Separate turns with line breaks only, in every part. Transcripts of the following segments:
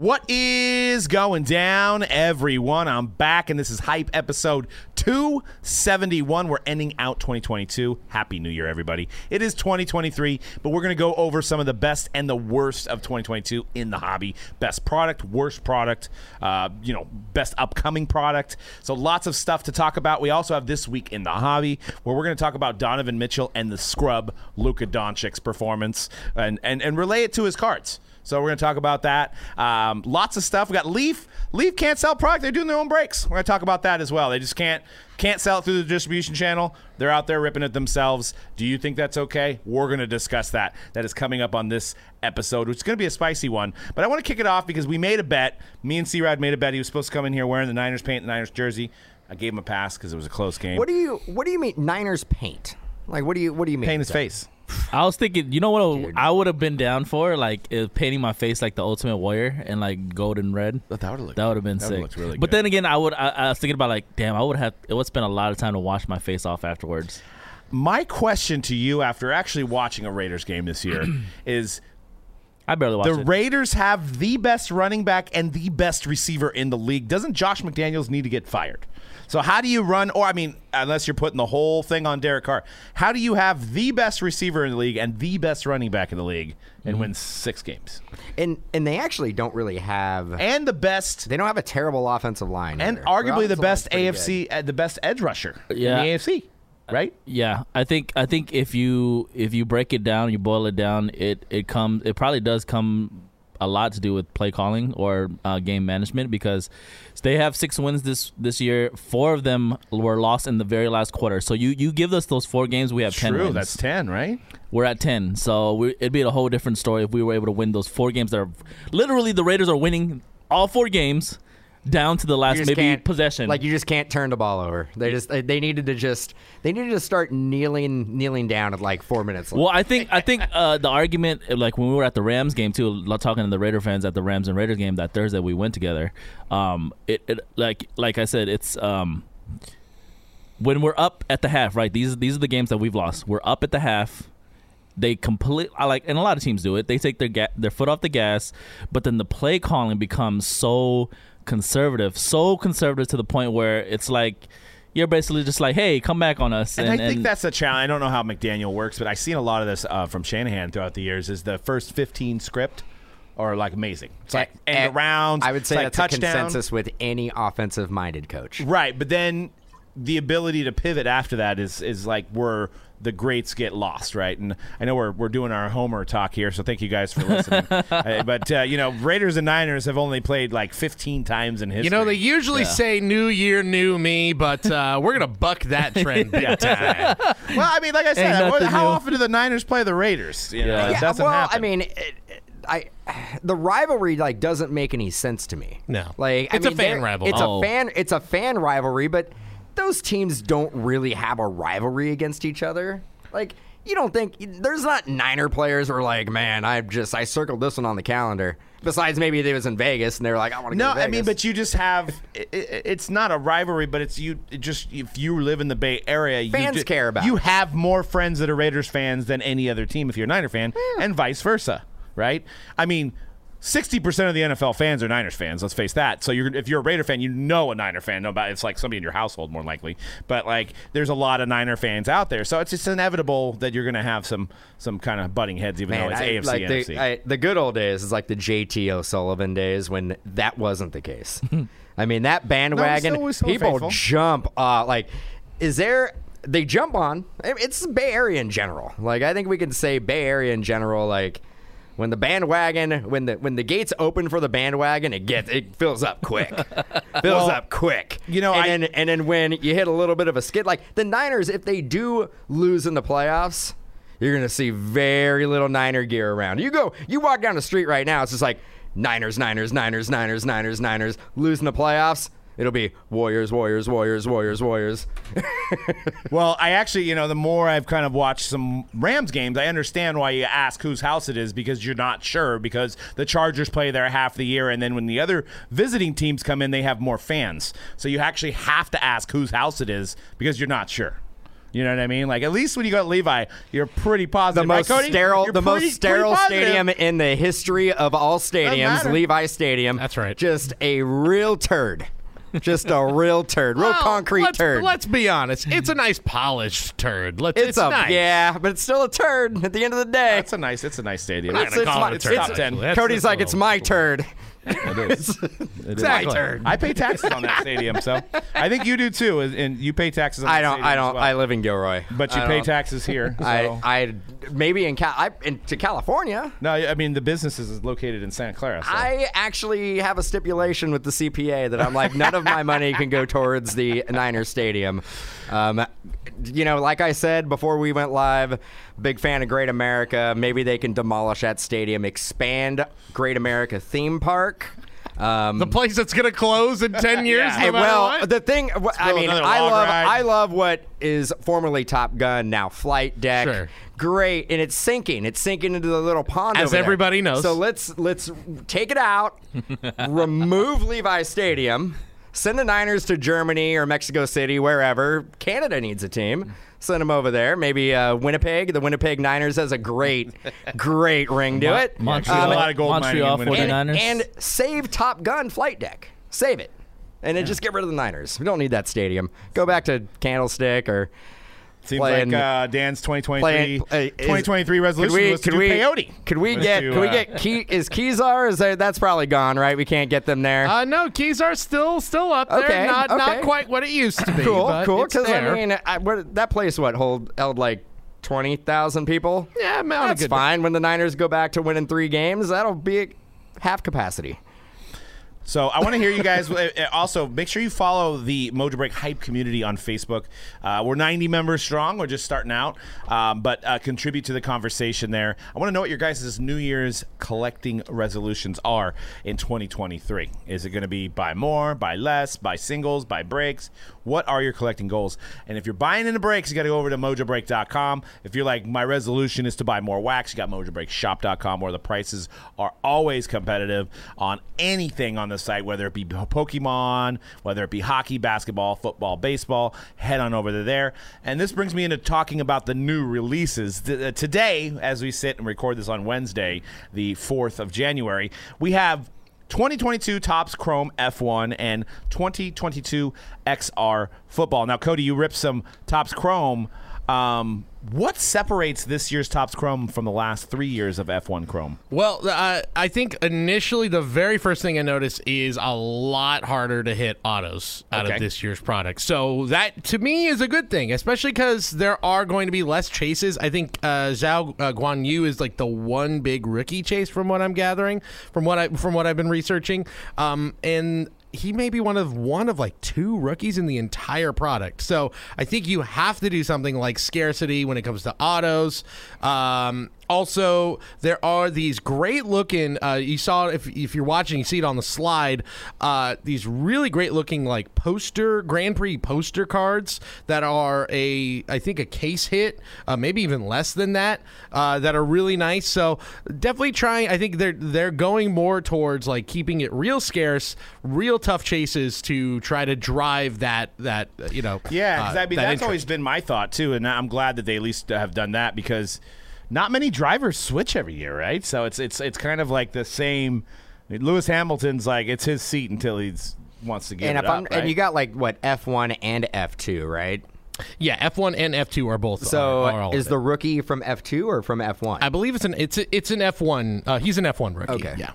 What is going down, everyone? I'm back, and this is Hype episode 271. We're ending out 2022. Happy New Year, everybody. It is 2023, but we're going to go over some of the best and the worst of 2022 in the hobby best product, worst product, uh, you know, best upcoming product. So, lots of stuff to talk about. We also have this week in the hobby where we're going to talk about Donovan Mitchell and the scrub Luka Doncic's performance and, and, and relay it to his cards. So we're going to talk about that. Um, lots of stuff. We got Leaf. Leaf can't sell product. They're doing their own breaks. We're going to talk about that as well. They just can't can't sell it through the distribution channel. They're out there ripping it themselves. Do you think that's okay? We're going to discuss that. That is coming up on this episode, which is going to be a spicy one. But I want to kick it off because we made a bet. Me and C Rod made a bet. He was supposed to come in here wearing the Niners paint, the Niners jersey. I gave him a pass because it was a close game.
What do you What do you mean Niners paint? Like what do you What do you mean?
Paint his face.
I was thinking, you know what? I would have been down for like uh, painting my face like the Ultimate Warrior and like gold and red.
But Oh, that would've looked
that would have
good.
been
That would've
sick.
looked really
but
good.
then again, I would. I, I was thinking about like, damn, I would have. It would spend a lot of time to wash my face off afterwards.
My question to you after actually watching a Raiders game this year is
I barely watched
The
it.
Raiders have the best running back and the best receiver in the league. Doesn't Josh McDaniels need to get fired? So how do you run? Or I mean, unless you're putting the whole thing on Derek Carr, how do you have the best receiver in the league and the best running back in the league and win six games
And and they actually don't really have.
and the best
They don't have a terrible offensive line.
and
either. Their
arguably the
offensive
best
line's pretty
AFC, uh, the best edge rusher
Yeah.
in the AFC, right?
Yeah, I think I think if you if you break it down, you boil it down, it it comes it probably does come a lot to do with play calling or uh, game management because they have six wins this this year. Four of them were lost in the very last quarter. So you you give us those four games, we have ten
True,
wins.
that's ten, right?
we're at ten, so we, it'd be a whole different story if we were able to win those four games. That are literally the Raiders are winning all four games down to the
good.
last
You just
maybe
can't-
possession.
Like you just can't turn the ball over. They just they, they needed to just they needed to start kneeling kneeling down at like four minutes. Left.
Well, I think I think uh, the argument, like when we were at the Rams game too, lo- talking to the Raider fans at the Rams and Raiders game that Thursday we went together. Um, it, it like like I said, it's um, when we're up at the half, right? These these are the games that we've lost. We're up at the half. They complete I like, and a lot of teams do it. They take their ga- their foot off the gas, but then the play calling becomes so conservative, so conservative to the point where it's like you're basically just like, "Hey, come back on us."
And, I think that's a challenge. I don't know how McDaniel works, but I've seen a lot of this uh, from Shanahan throughout the years. Is the first 15 script are like amazing. It's like end
And-
of rounds.
I would say
it's like
that's
touchdown.
a consensus with any offensive minded coach.
Right, but then the ability to pivot after that is is like where the greats get lost, right? And I know we're we're doing our Homer talk here, so thank you guys for listening. Uh, but uh, you know, Raiders and Niners have only played like 15 times in history.
You know, they usually say "New Year, New Me," but uh, we're gonna buck that trend big time.
well, I mean, like I said,
Ain't
how
nothing new.
often do the Niners play the Raiders? You know,
Yeah.
it
yeah,
doesn't
well,
happen.
I mean, it, I the rivalry like doesn't make any sense to me.
No.
like I
It's a
mean,
fan
they're-
rivalry.
It's
Oh.
a fan. It's a fan rivalry, but those teams don't really have a rivalry against each other. Like you don't think there's not Niner players who are like, man, I just I circled this one on the calendar. Besides, maybe they was in Vegas and they were like, I want to
No,
go. to
I mean,
Vegas.
but you just have i i it's not a rivalry, but it's you it just if you live in the Bay Area, you
Fans
ju-
care about
You
it.
have more friends that are Raiders fans than any other team if you're a Niner fan, and vice versa, right? I mean. 60% of the NFL fans are Niners fans, let's face that. So you're, if you're a Raider fan, you know a Niner fan. No, but it's like somebody in your household, more likely. But like, there's a lot of Niner fans out there. So it's just inevitable that you're going to have some some kind of butting heads, even
Man,
though it's
I-
AFC,
like
NFC.
The, I, the good old days is like the JT O'Sullivan days when that wasn't the case. I mean, that bandwagon,
still- we're still
people
faithful.
jump. Uh, like, is there? They jump on. I- It's the Bay Area in general. Like, I think we can say Bay Area in general. Like, when the bandwagon, when the when the gates open for the bandwagon, it gets it fills up quick. fills up quick.
you know,
and
I-
then, and then when you hit a little bit of a skid, like the Niners, if they do lose in the playoffs, you're gonna see very little Niner gear around. You go, you walk down the street right now, it's just like Niners, Niners, Niners, Niners, Niners, Niners, losing the playoffs. It'll be Warriors, Warriors, Warriors, Warriors, Warriors.
Well, I actually, you know, the more I've kind of watched some Rams games, I understand why you ask whose house it is because you're not sure because the Chargers play there half the year and then when the other visiting teams come in, they have more fans. So you actually have to ask whose house it is because you're not sure. You know what I mean? Like at least when you go to Levi, you're pretty positive.
The
Right,
most
Cody?
sterile,
You're
the
pretty-
most sterile
pretty positive.
stadium in the history of all stadiums,
matter.
Levi Stadium.
That's right.
Just a real turd. Just a real turd. Real
Well,
concrete
let's,
turd.
Let's be honest. It's a nice polished turd. Let's,
it's, a
nice.
yeah, but it's still a turd at the end of the day.
That's a nice. It's a nice stadium.
I'm not
It's-
gonna
it's
call
my-
it a
it's-
turd.
it's-
actually. That's-
Cody's
that's
like,
a
it's
little-
my turd.
Exactly.
I pay taxes on that stadium, so I think you do too. and- And you pay taxes. on
I
that
don't.
stadium
I
as
don't.
well.
I live in Gilroy.
but you
I
pay
don't-
taxes here. So.
I, I maybe in Cal, I, in, to California.
no, I mean the business is located in Santa Clara. So.
I actually have a stipulation with the CPA that I'm like, none of my money can go towards the Niner Stadium. Um, you know, like I said before we went live, big fan of Great America. Maybe they can demolish that stadium, expand Great America theme park. Um,
The place that's going to close in 10 years.
Yeah.
no
Hey,
matter
well,
what.
the thing wh- I mean,
another
I
log
love
ride.
I love what is formerly Top Gun now Flight Deck.
Sure.
Great, and it's sinking. It's sinking into the little pond.
As
over there.
everybody knows.
So let's let's take it out, remove Levi Stadium, send the Niners to Germany or Mexico City, wherever Canada needs a team. Send them over there. Maybe uh, Winnipeg. The Winnipeg Niners has a great, great ring to it. Um,
there's
Montreal,
a lot of gold mining in
Montreal
Winnipeg.
49ers.
And, and save Top Gun flight deck. Save it. And then just get rid of the Niners. We don't need that stadium. Go back to Candlestick or
Seems
playing-
like uh, Dan's 2023
playing. uh, is-
2023 resolution
could we,
was to
could
do
we,
peyote.
Could we
Was
get?
to,
could we
uh,
get? Key, is Kizar? Is that, that's probably gone, right? We can't get them there.
Uh, no, keys are still still up there.
Okay,
Not
okay.
not quite what it used to be.
cool,
but
cool.
it's
Because I
there.
mean, I, what, that place what hold held like twenty thousand people.
yeah, man,
that's fine. When the Niners go back to winning three games, that'll be at half capacity.
So I want to hear you guys. uh, uh, also, make sure you follow the Mojo Break Hype community on Facebook. Uh, we're 90 members strong. We're just starting out, um, but uh, contribute to the conversation there. I want to know what your guys' New Year's collecting resolutions are in 2023. Is it going to be buy more, buy less, buy singles, buy breaks? What are your collecting goals? And if you're buying into breaks, you got to go over to mojobreak.com. If you're like, my resolution is to buy more wax, you got mojobreakshop.com where the prices are always competitive on anything on the site, whether it be Pokemon, whether it be hockey, basketball, football, baseball. Head on over to there. And this brings me into talking about the new releases. Th- uh, today, as we sit and record this on Wednesday, the 4th of January, we have 2022 Topps Chrome F1 and 2022 XR football. Now, Cody, you ripped some Topps Chrome. Um, what separates this year's Topps Chrome from the last three years of F1 Chrome?
Well, uh, I think initially the very first thing I noticed is a lot harder to hit autos out
Okay.
of this year's product. So that to me is a good thing, especially because there are going to be less chases. I think uh, Zhao uh, Guan Yu is like the one big rookie chase, from what I'm gathering, from what I from what I've been researching, um, and. He may be one of one of like two rookies in the entire product, so I think you have to do something like scarcity when it comes to autos, um, also, there are these great looking. Uh, you saw if if you're watching, you see it on the slide. Uh, these really great looking like poster Grand Prix poster cards that are a I think a case hit, uh, maybe even less than that. Uh, that are really nice. So definitely trying. I think they're they're going more towards like keeping it real scarce, real tough chases to try to drive that that uh, you know.
Yeah, because
uh,
I mean
that
that's
interest.
always been my thought too, and I'm glad that they at least have done that because not many drivers switch every year, right? So it's it's it's kind of like the same. Lewis Hamilton's like it's his seat until he's wants to give
and
it
if
up.
I'm, and
right?
you got like what F one and F two, right?
yeah. F one and F two are both
So
are- are all of
is
it.
the rookie from F two or from F one?
I believe it's an it's it's an F one. Uh, he's an F one rookie.
Okay.
Yeah.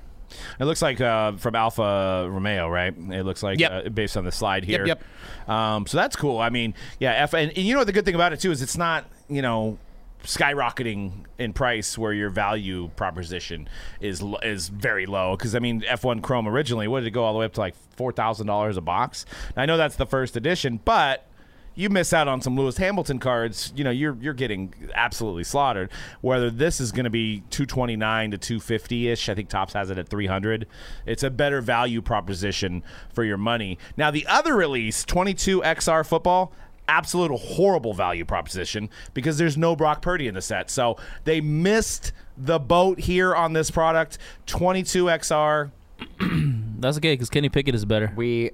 It looks like uh, from Alpha Romeo, right? It looks like
Yep.
uh, based on the slide here.
Yep,
yep. Um, so that's cool. I mean, yeah. F- and, and you know what the good thing about it too is it's not you know skyrocketing in price where your value proposition is l- is very low because I mean F1 Chrome originally what did it go all the way up to like four thousand dollars a box? I know that's the first edition, but you miss out on some Lewis Hamilton cards, you know, you're you're getting absolutely slaughtered. Whether this is going to be 229 to 250 ish, I think Tops has it at 300. It's a better value proposition for your money. Now the other release, 22 XR football, absolute horrible value proposition because there's no Brock Purdy in the set. So they missed the boat here on this product. 22 XR,
That's okay because Kenny Pickett is better.
we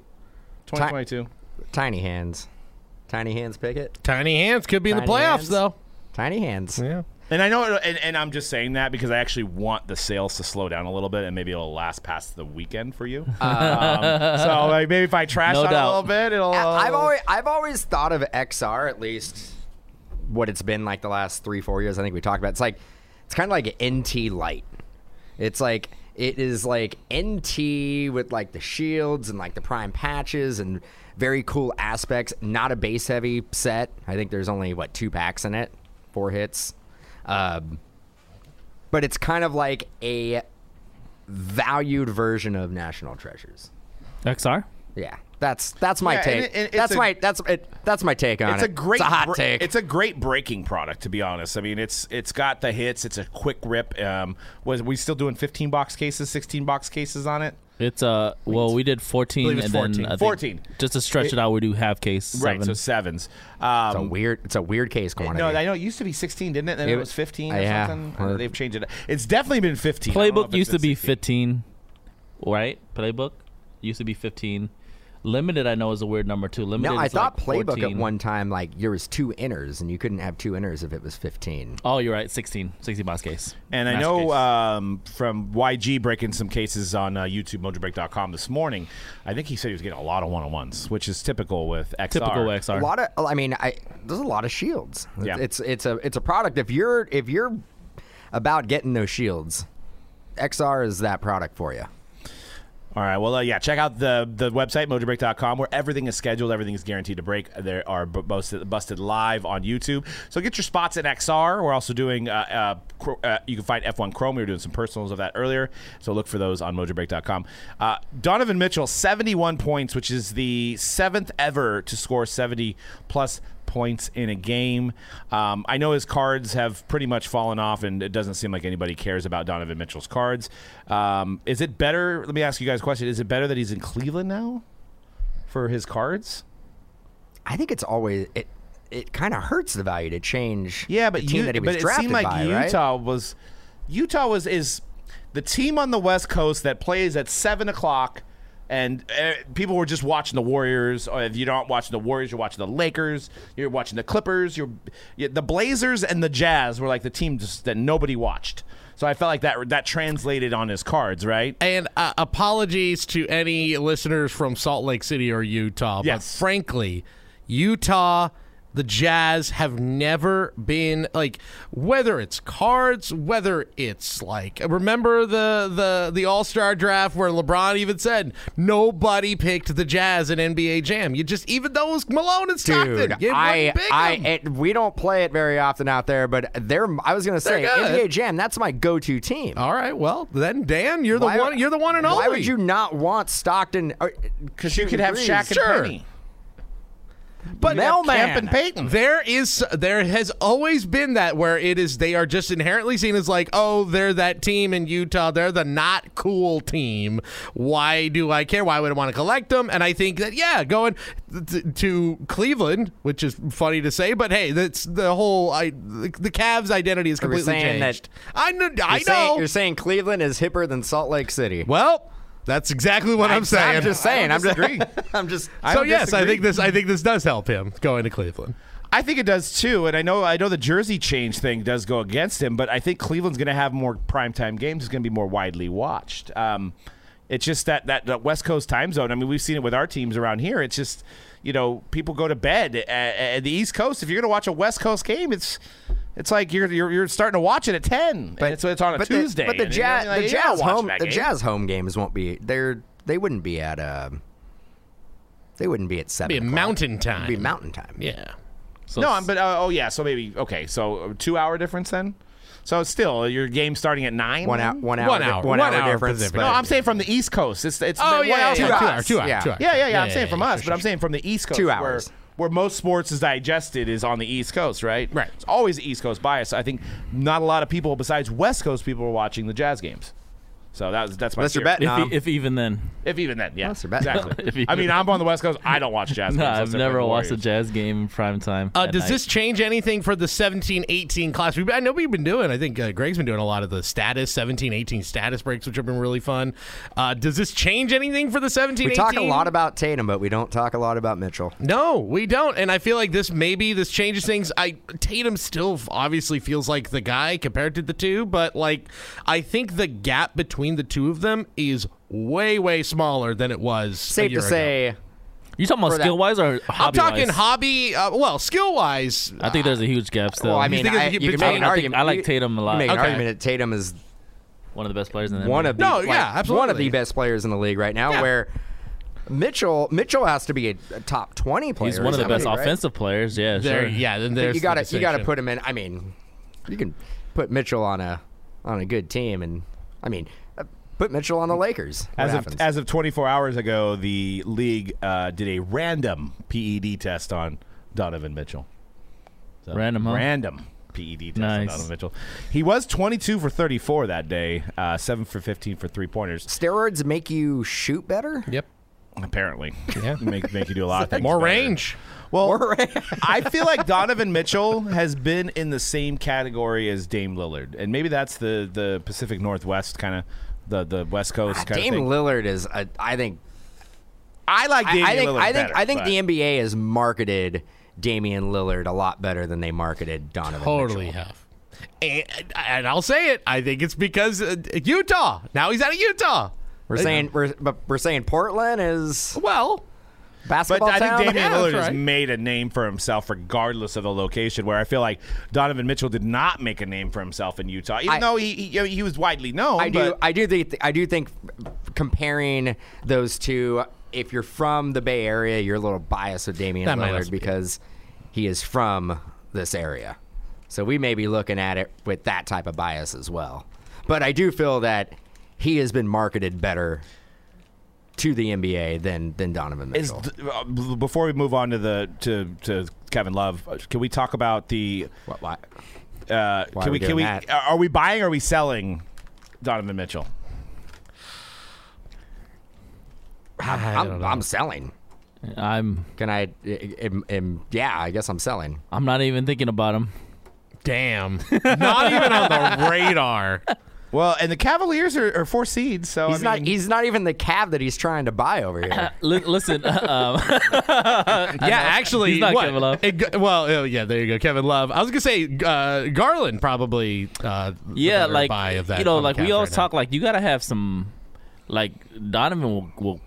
2022.
tiny hands. Tiny hands pick it.
Tiny hands could be in the
Tiny
playoffs
hands.
though.
Tiny hands.
Yeah.
And I know, it- and, and I'm just saying that because I actually want the sales to slow down a little bit, and maybe it'll last past the weekend for you. um, so like maybe if I trash
No
that a
doubt.
little bit, it'll.
I- I've always I've always thought of XR at least what it's been like the last three four years. I think we talked about it's like it's kind of like NT light. It's like it is like NT with like the shields and like the prime patches and very cool aspects. Not a base heavy set. I think there's only what two packs in it, four hits. Um, but it's kind of like a valued version of National Treasures.
XR.
Yeah, that's that's my
Yeah, and
take.
it- and it's
that's
a-
my that's it, that's my take on
it's
it.
a great,
it's a hot
br-
take.
It's a great breaking product, to be honest. I mean, it's it's got the hits. It's a quick rip. Um, was we still doing 15 box cases, 16 box cases on it?
It's uh well we did fourteen
it's
and
14.
then I think
14.
just to stretch it out we do half case seven.
Right, so sevens.
It's a
Um,
weird it's a weird case quantity.
no, I know it used to be 16, didn't it? Then it,
It
was
was-
15 or
yeah,
something. I
or-
know They've changed it. It's definitely been 15. I don't know if
Playbook
it's
used to
been
be
16.
fifteen, right? Playbook used to be fifteen. Limited I know is a weird number too. Limited.
no, I
is
thought
like
playbook
14.
at one time like there was two inners and you couldn't have two inners if it was fifteen.
Oh, you're right. 16. 16 box case.
And I
Master
know
case.
um, from YG breaking some cases on uh, YouTube, mojobreak.com this morning, I think he said he was getting a lot of one on ones, which is typical with XR.
typical XR.
A lot of I mean I there's a lot of shields.
Yeah.
It's it's a it's a product if you're if you're about getting those shields, XR is that product for you.
All right. Well, uh, yeah. Check out the the website mojobreak.com where everything is scheduled, everything is guaranteed to break. There are bu- busted, busted live on YouTube. So get your spots at XR. We're also doing. Uh, uh, cro- uh, you can find F1 Chrome. We were doing some personals of that earlier. So look for those on mojobreak.com. Uh, Donovan Mitchell, seventy one points, which is the seventh ever to score seventy plus points in a game. Um, I know his cards have pretty much fallen off, and it doesn't seem like anybody cares about Donovan Mitchell's cards. Um, is it better? Let me ask you guys a question. Is it better that he's in Cleveland now for his cards?
I think it's always it it kind of hurts the value to change
Yeah, but
the team
you,
that he was
but it
drafted
seemed like
by, right?
Utah was Utah was is the team on the West Coast that plays at seven o'clock, and uh, people were just watching the Warriors. Or if you aren't watching the Warriors, you're watching the Lakers, you're watching the Clippers, you're yeah, the Blazers and the Jazz were like the team just that nobody watched. So I felt like that that translated on his cards, right?
And uh, apologies to any listeners from Salt Lake City or Utah.
Yes.
But frankly, Utah, the Jazz have never been like whether it's cards, whether it's like remember the the the All Star draft where LeBron even said nobody picked the Jazz in NBA Jam. You just even though it was Malone and Stockton,
Dude,
you
I,
wouldn't pick
I,
'em.
it, we don't play it very often out there, but they're. I was gonna say
They're good.
NBA Jam. That's my go-to team.
All right, well then, Dan, you're
Why-
Oh, the one. You're the one and only.
Why would you not want Stockton? uh,
Because you could have Shaq and
Sure.
Penny,
But
Mailman.
Camp and Peyton.
There is there has always been that where it is they are just inherently seen as like, oh, they're that team in Utah, they're the not cool team. Why do I care? Why would I want to collect them? And I think that yeah, going th- to Cleveland, which is funny to say, but hey, that's the whole I the, the Cavs identity is completely
saying that-
changed. I know, I know.
Saying, you're saying Cleveland is hipper than Salt Lake City.
well, that's exactly what I'm, saying.
I'm just saying. I'm just. I'm just.
so
don't
yes, I
disagree.
think this I think this does help him going to Cleveland.
I think it does too, and I know I know the jersey change thing does go against him, but I think Cleveland's going to have more primetime games. It's going to be more widely watched. Um, it's just that, that that West Coast time zone. I mean, we've seen it with our teams around here. It's just you know people go to bed at, at the East Coast. If you're going to watch a West Coast game, it's it's like you're you're, you're starting to watch it at ten, but it's, it's on a
but
Tuesday.
The, but the
and you're
Jazz,
like,
the
"Yeah, I'll
Jazz
watch
home,
that
the
game."
Jazz home games won't be. They're they wouldn't be at. Uh, they wouldn't be at seven.
Be a
o'clock.
mountain time.
It'd be mountain time.
yeah.
So
No,
s-
I'm, but uh, oh yeah, so maybe okay, so two hour difference then. So still, your game starting at nine.
One hour.
then?
One hour.
One
di-
hour-
One,
one
hour,
hour
difference.
Pacific.
but-
No, I'm saying from the East Coast. It's it's
Oh,
one
yeah,
hour
yeah,
difference.
two
hours.
hours, two hours,
Yeah.
two hours.
Yeah, yeah, yeah. I'm
yeah,
saying
yeah,
from
yeah,
us,
sure,
but I'm saying from the East Coast.
Two
where-
hours.
Where, most sports is digested is on the East Coast, right?
Right.
It's always East Coast bias. I think not a lot of people besides West Coast people are watching the Jazz games. So that was, that's my
Unless you're
theory.
betting on
If, e- if even then,
If even then, yeah,
Unless you're betting.
exactly.
If you-
I mean, I'm on the West Coast. I don't watch jazz.
no,
games
I've
unless they're
never
playing
watched a
Warriors.
jazz game in prime time.
Uh,
at
does
night.
this change anything for the 17 18 class? We, I know we've been doing, I think uh, Greg's been doing a lot of the status, 17 18 status breaks, which have been really fun. Uh, does this change anything for the 17
We talk a lot about Tatum, but we don't talk a lot about Mitchell.
No, we don't. And I feel like this maybe this changes things. I Tatum still f- obviously feels like the guy compared to the two, but like I think the gap between the two of them is way way smaller than it was. a
Safe
year
to
ago.
say,
You talking
for
about
that-
skill wise or
I'm
hobby?
talking hobby. Uh, well, skill wise,
I think there's a huge gap still.
well, I mean,
think it's
I,
a
you
big
can
debate?
make an
I think-
argument.
I like
you-
Tatum a
you
lot.
Make an
Okay.
argument that Tatum is
one of the best players in the
one
NBA.
of the
No,
like,
yeah,
one of
absolutely.
the best players in the league right now.
Yeah.
Where Mitchell Mitchell has to be a, a top twenty player.
He's one of the
I
best
mean, right?
offensive players. Yeah, sure.
there. Yeah, then
But
there's
You
the
got to you got to
distinction.
put him in. I mean, you can put Mitchell on a on a good team, and I mean, uh, put Mitchell on the Lakers. What
As
happens?
of, as of 24 hours ago, the league uh, did a random PED test on Donovan Mitchell. So,
Random, huh?
Random PED test on
Nice.
Donovan Mitchell. He was 22 for 34 that day, uh, 7 for 15 for three pointers,
steroids make you shoot better.
Yep.
apparently.
Yeah.
make, make you do a lot of things.
More
better.
range.
Well, I feel like Donovan Mitchell has been in the same category as Dame Lillard, and maybe that's the, the Pacific Northwest kind of the the West Coast kind
Ah, Dame
of thing.
Lillard is, a, I think,
I like
I,
Damian
I think,
Lillard
I think,
better,
I think
but-
the NBA has marketed Damian Lillard a lot better than they marketed Donovan.
Totally
Mitchell.
have. And, and I'll say it. I think it's because uh, Utah. Now he's out of Utah.
We're saying, we're, but we're saying Portland is
Well,
But
basketball
I think
town.
Damian
Yeah, that's
Lillard has
right.
made a name for himself regardless of the location. Where I feel like Donovan Mitchell did not make a name for himself in Utah, even
I-
though he, he he was widely known.
I do.
but-
I do think. I do think comparing those two. If you're from the Bay Area, you're a little biased with Damian
That might
Lillard
also be.
because he is from this area. So we may be looking at it with that type of bias as well. But I do feel that he has been marketed better to the NBA than than Donovan
Is,
Mitchell.
uh, b- before we move on to the to, to Kevin Love, uh, can we talk about the?
Why- why-
Uh,
Why
can
are we
we can
doing
we
that?
are we buying or are we selling Donovan Mitchell?
I'm, I'm selling.
I'm.
Can I? I- am- am- yeah, I guess I'm selling.
I'm not even thinking about him.
damn. Not even on the radar.
Well, and the Cavaliers are, are four seeds, so
He's
I
not.
mean,
He's not even the cab that he's trying to buy over here.
Li- listen, um,
Yeah, actually,
He's not
what?
Kevin Love.
It go- well, oh, yeah, there you go, Kevin Love. I was gonna say uh, Garland probably. Uh, the
yeah,
better
like
buy of that
you know,
on
like
Cavs
we always
right now.
talk, like you gotta have some, like Donovan will, will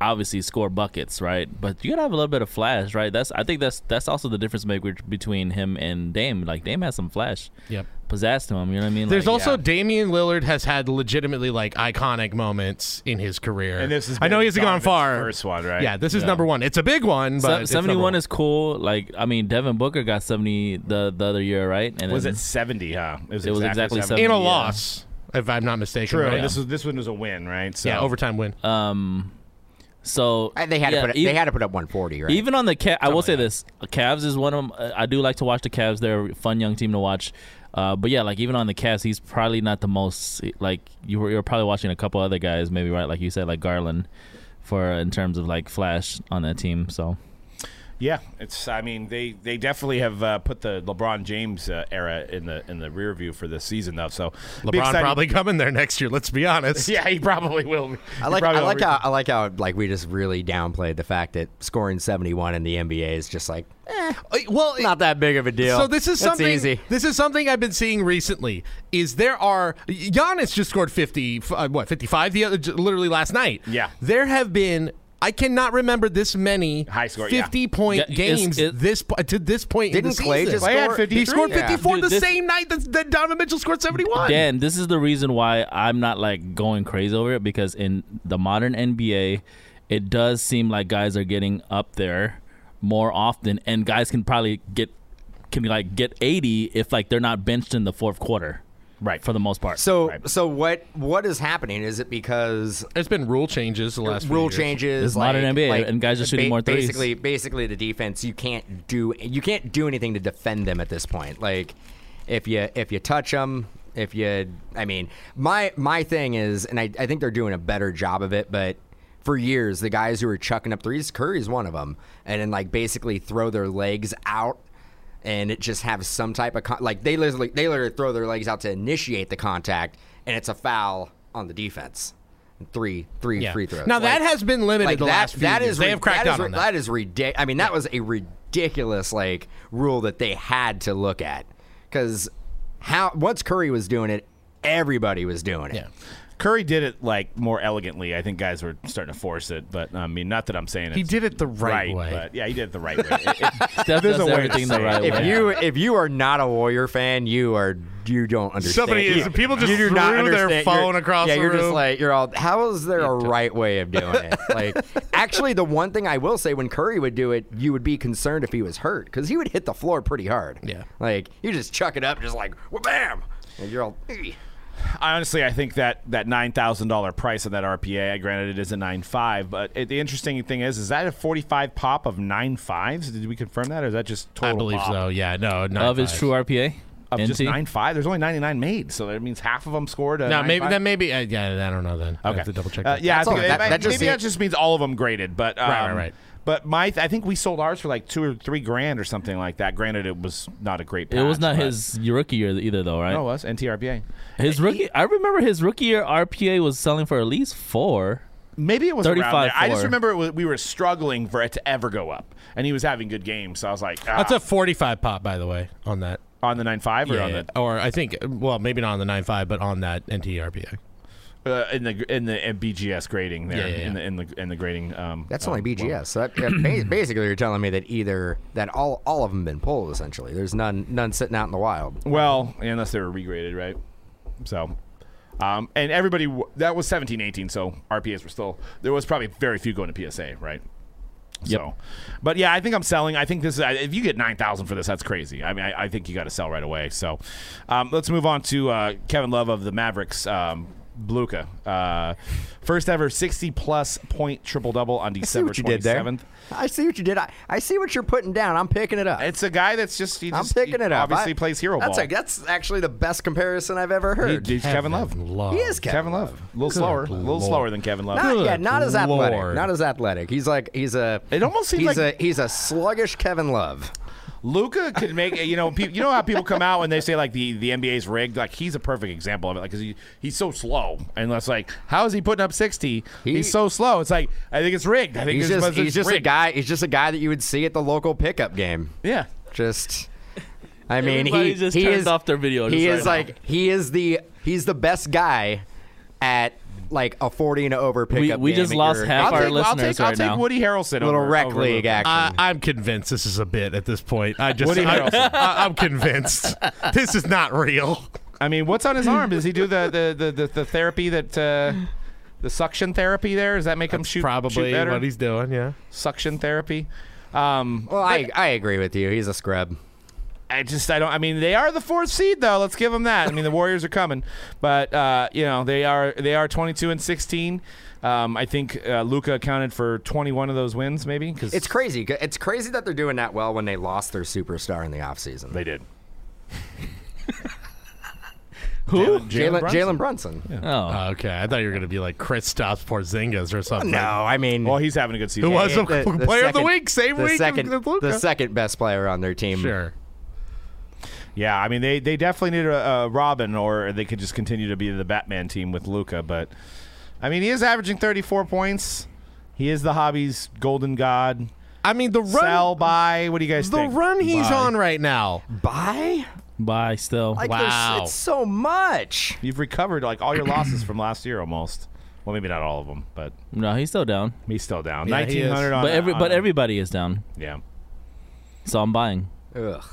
obviously score buckets, right? But you gotta have a little bit of flash, right? That's I think that's that's also the difference maker between him and Dame. Like Dame has some flash,
Yep.
pizzazz to him. You know what I mean?
There's
Like,
also Damian Lillard has had legitimately like iconic moments in his career,
And this has
I know
been
he hasn't gone
Donovan's
far.
first one, right?
Yeah, this is number one. It's a big one,
Se-
but it's number
71
one.
is cool. Like I mean, Devin Booker got 70 the the other year, right? And
was
then-
it seventy? Huh?
It was exactly 70.
in a
yeah.
loss, if I'm not mistaken.
True.
right?
And this uh, was this one was a win, right? So
yeah, overtime win.
Um, so
And Uh, they had
yeah,
to put.
e-
they had to put up 140, right?
Even on the Ca- I will say this: Cavs is one of them. I do like to watch the Cavs. They're a fun young team to watch. Uh, but yeah, like even on the Cavs, he's probably not the most like you were. You're probably watching a couple other guys, maybe right, like you said, like Garland, for in terms of like flash on that team. So
Yeah, it's. I mean, they they definitely have uh, put the LeBron James uh, era in the in the rear view for this season, though. So be
LeBron
excited-
probably coming there next year. Let's be honest.
Yeah, he probably will. He
I like.
probably
I
will
like
re-
how. I like how. Like we just really downplayed the fact that scoring 71 in the NBA is just like eh,
Uh, Well,
not that big of a deal.
So this is
It's
something.
easy.
This is something I've been seeing recently. Is there are Giannis just scored fifty? f- Uh, what fifty five? The other j- literally last night.
Yeah.
There have been. I cannot remember this many
High score, yeah.
fifty point
Yeah, it's-
games
it-
this po- to this point in
Didn't
the
Clay
season.
just
Clay
score?
had 53?
he scored
Yeah.
54
Dude,
the
this-
same night that, that Donovan Mitchell scored 71.
Dan, this is the reason why I'm not like going crazy over it because in the modern NBA, it does seem like guys are getting up there more often, and guys can probably get can like get 80 if like they're not benched in the fourth quarter,
Right.
For the most part.
So
Right.
so what what is happening? Is it because
There's been rule changes the last few
rule
years.
changes?
It's
like,
modern NBA,
like,
and guys are shooting more threes.
Basically, basically the defense you can't do you can't do anything to defend them at this point. Like if you if you touch them, If you, I mean, my my thing is, and I, I think they're doing a better job of it, but for years the guys who were chucking up threes, Curry's one of them, and then like basically throw their legs out. And it just have some type of con- like they literally they literally throw their legs out to initiate the contact, and it's a foul on the defense. Three three
Yeah.
free throws.
Now that
Like-
has been limited
like
the
that,
last few
that
years.
is
they
ri-
have cracked
that
down
is,
on
ri-
that.
That is ridiculous. I mean, that was a ridiculous like rule that they had to look at because how once Curry was doing it, everybody was doing it.
Yeah.
Curry did it like more elegantly. I think guys were starting to force it, but I mean, not that I'm saying
He
it's
did it the right, way.
But yeah, he did it the right way. It- it- There's
Steph does
a way to
everything the
say it.
right
If
If
way.
you if you are not a Warrior fan, you are you don't understand.
Somebody is-
You-
people just
you do not
threw their
understand.
phone
You're-
across
Yeah,
the
you're just
room.
like you're all. How is there a right way of doing it? Like, actually, the one thing I will say, when Curry would do it, you would be concerned if he was hurt because he would hit the floor pretty hard.
Yeah.
like you just chuck it up, just like wha- bam, and you're all. "Eh."
I honestly, I think that that nine thousand dollar price on that RPA. Granted, it is a nine five, but it, the interesting thing is, is that a forty five pop of nine fives? Did we confirm that, or is that just
I
total?
believe
pop?
so. Yeah. No. Not
of his
five.
true RPA.
Of just
NT?
nine five, there's only ninety nine made, so that means half of them scored. A
No. Maybe.
9.5.
Then maybe. Uh, yeah. I don't know. Then. I
Okay.
have to double check.
Uh,
that.
yeah,
That's
I think
all- that-
it-
that just
maybe that
means-
just means all of them graded, but um,
Right, right, right.
But my, I think we sold ours for like two or three grand or something like that. Granted, it was not a great. Patch,
It was not
but-
his rookie year either, though, right?
No, it was NTRPA.
his rookie. I remember his rookie year RPA was selling for at least four.
Maybe it was around
35
there. I just
four.
remember it was, we were struggling for it to ever go up, and he was having good games. So I was like, ah,
That's a 45 pop, by the way, on that.
on the nine five or on
Yeah,
the
or I think, well, maybe not on the 9.5, but on that E NTRPA.
uh, in the in the in BGS grading there
Yeah, yeah, yeah.
in the in the in the grading. Um,
That's
um,
only BGS. So that, that ba- basically, you're telling me that either that all all of them been pulled essentially. There's none none sitting out in the wild.
Well, unless they were regraded, right? So, um, and everybody w- that was 17, 18, so RPAs were still there was probably very few going to PSA, right? So, but yeah, I think I'm selling. I think this is I- if you get nine thousand for this, that's crazy. I mean, I, I think you got to sell right away. So, um, let's move on to uh, Kevin Love of the Mavericks. Um, Bluka, uh, first ever sixty plus point triple double on
I see
December
what you
twenty
did there.
seventh.
I see what you did. I, I see what you're putting down. I'm picking it up.
It's a guy that's just he
I'm
just,
picking
he
it up.
Obviously
I-
plays hero
that's
ball.
a- that's actually the best comparison I've ever
He-
heard.
he's Kevin Love.
He is
Kevin
Kevin,
Love. A little slower. A little
Lord.
slower than Kevin Love.
Not,
Good
yeah, not as athletic.
Lord.
Not as athletic. He's like he's a.
It almost seems
he's
like-
a he's a sluggish Kevin Love.
Luca could make you know pe- you know how people come out when they say like the the NBA's rigged. Like he's a perfect example of it. Like because he he's so slow and that's like how is he putting up sixty?
He-
he's so slow. It's like I think it's rigged. I think
He's
this
just
must-
he's
it's
just a
rigged.
guy. He's just a guy that you would see at the local pickup game.
Yeah.
Just, I mean, he
Everybody just
he
turned
is
off their video
He
just
is
right now.
like he is the he's the best guy at like a forty and over pickup.
we
game
just
at
lost
your
half
I'll
our
take, I'll
listeners
take, I'll
right
take
now.
Woody Harrelson.
little
over,
rec
over
league
Uh,
Luka.
action.
I, I'm convinced this is a bit at this point. I just,
Woody
I,
Harrelson.
I, I'm convinced this is not real.
I mean, what's on his arm? Does he do the the the, the, the therapy that uh, the suction therapy? There does that make him shoot shoot
Probably
better?
what he's doing. Yeah.
suction therapy. Um,
well, I I agree with you. He's a scrub.
I just I don't I mean they are the fourth seed though let's give them that I mean the Warriors are coming but uh, you know they are they are 22 and 16 um, I think uh, Luca accounted for 21 of those wins maybe because
It's crazy. It's crazy that they're doing that well when they lost their superstar in the offseason.
they did
Who?
Jalen
Brunson.
Jalen Brunson.
Oh,
Oh, okay. I thought you were gonna be like Chris Stops Porzingis or something.
No, I mean,
well he's having a good season
Who was- the player of the week, same
the
week as
second,
Luka.
the second best player on their team.
Sure.
yeah I mean they they definitely need a, a Robin or they could just continue to be the Batman team with Luca but I mean he is averaging 34 points he is the hobby's golden god
I mean the run.
sell by what do you guys
the
think
run he's
Buy.
on right now.
Bye.
bye. Still,
Like,
Wow.
there's, it's so much.
You've recovered like all your losses from last year almost. Well, maybe not all of them, but
no, he's still down.
he's still down.
Yeah, he is.
Nineteen hundred on.
But
a-
every
on
but
a-
everybody is down,
yeah,
so I'm buying.
Ugh.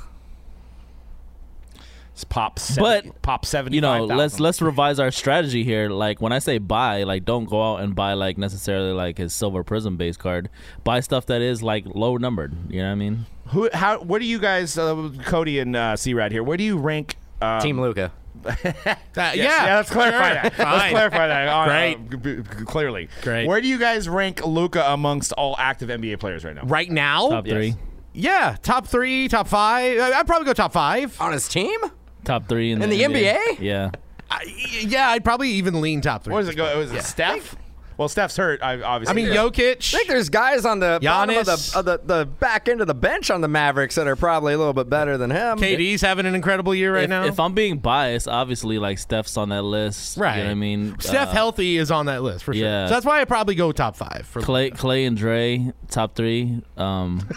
it's pop. 70,
But,
pop seventy.
You know, let's let's revise our strategy here. Like when I say buy, like don't go out and buy like necessarily like his silver prism base card. Buy stuff that is like low numbered. You know what I mean?
Who? How? What do you guys, uh, Cody and uh, C Rad here? Where do you rank? Uh,
Team Luca.
That-
yes, yeah, let's clarify
sure,
that. Let's
fine.
clarify that. on, uh,
Great.
g- g- g- clearly.
Great.
Where do you guys rank Luca amongst all active NBA players right now?
Right now,
Top three.
yeah, top three, top five. I- I'd probably go top five.
On his team?
top three in,
In the NBA?
Yeah,
I, yeah, I'd probably even lean top three.
What does it go? Was it Steph? Well, Steph's hurt. I obviously.
I mean,
I think
Jokic.
there's guys on the bottom of the,
Giannis.
of the the back end of the bench on the Mavericks that are probably a little bit better than him.
KD's having an incredible year right
if,
now.
if I'm being biased, obviously like Steph's on that list.
right.
You know what I mean,
Steph
Uh,
healthy is on that list for sure.
yeah.
So that's why I probably go top five for
Clay, Clay and Dre, top three. Um,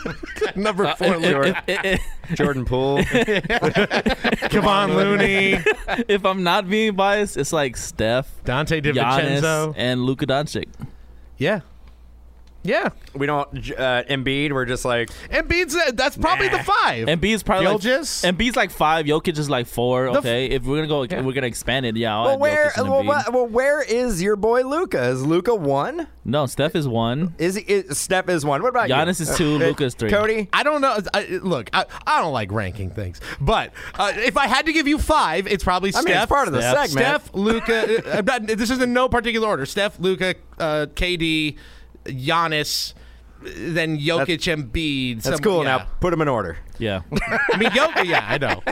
number four.
if,
Luke.
if- if-
Jordan Poole.
Kevon Looney,
if I'm not being biased, it's like Steph,
Dante
Giannis,
DiVincenzo.
and Luka Doncic.
Yeah. Yeah.
we don't uh, Embiid. We're just like
And Bede's that's probably the five.
And B's probably
Gilgeous?
like, and B's like five. Jokic is like four.
f-
Okay, if we're gonna go, we're gonna expand it. Yeah, I'll
well,
add
where
Jokic and
well,
Embiid.
uh,
wha- well, where is your boy Luca? Is Luca one?
No, Steph is one.
Is he? Is, Steph is one. What about
Giannis
you?
is two.
Uh,
Luka is three.
Cody.
I don't know. I, look, I, I don't like ranking things, but uh, if I had to give you five, it's probably
I
Steph.
mean, it's part of the
Steph,
segment.
Steph, Luca. I'm not, this is in no particular order. Steph, Luca, uh, KD, Giannis, then Jokic, Embiid.
That's
some-
cool.
yeah.
Now put him in order.
Yeah,
I mean, Jokic. Yeah, I know.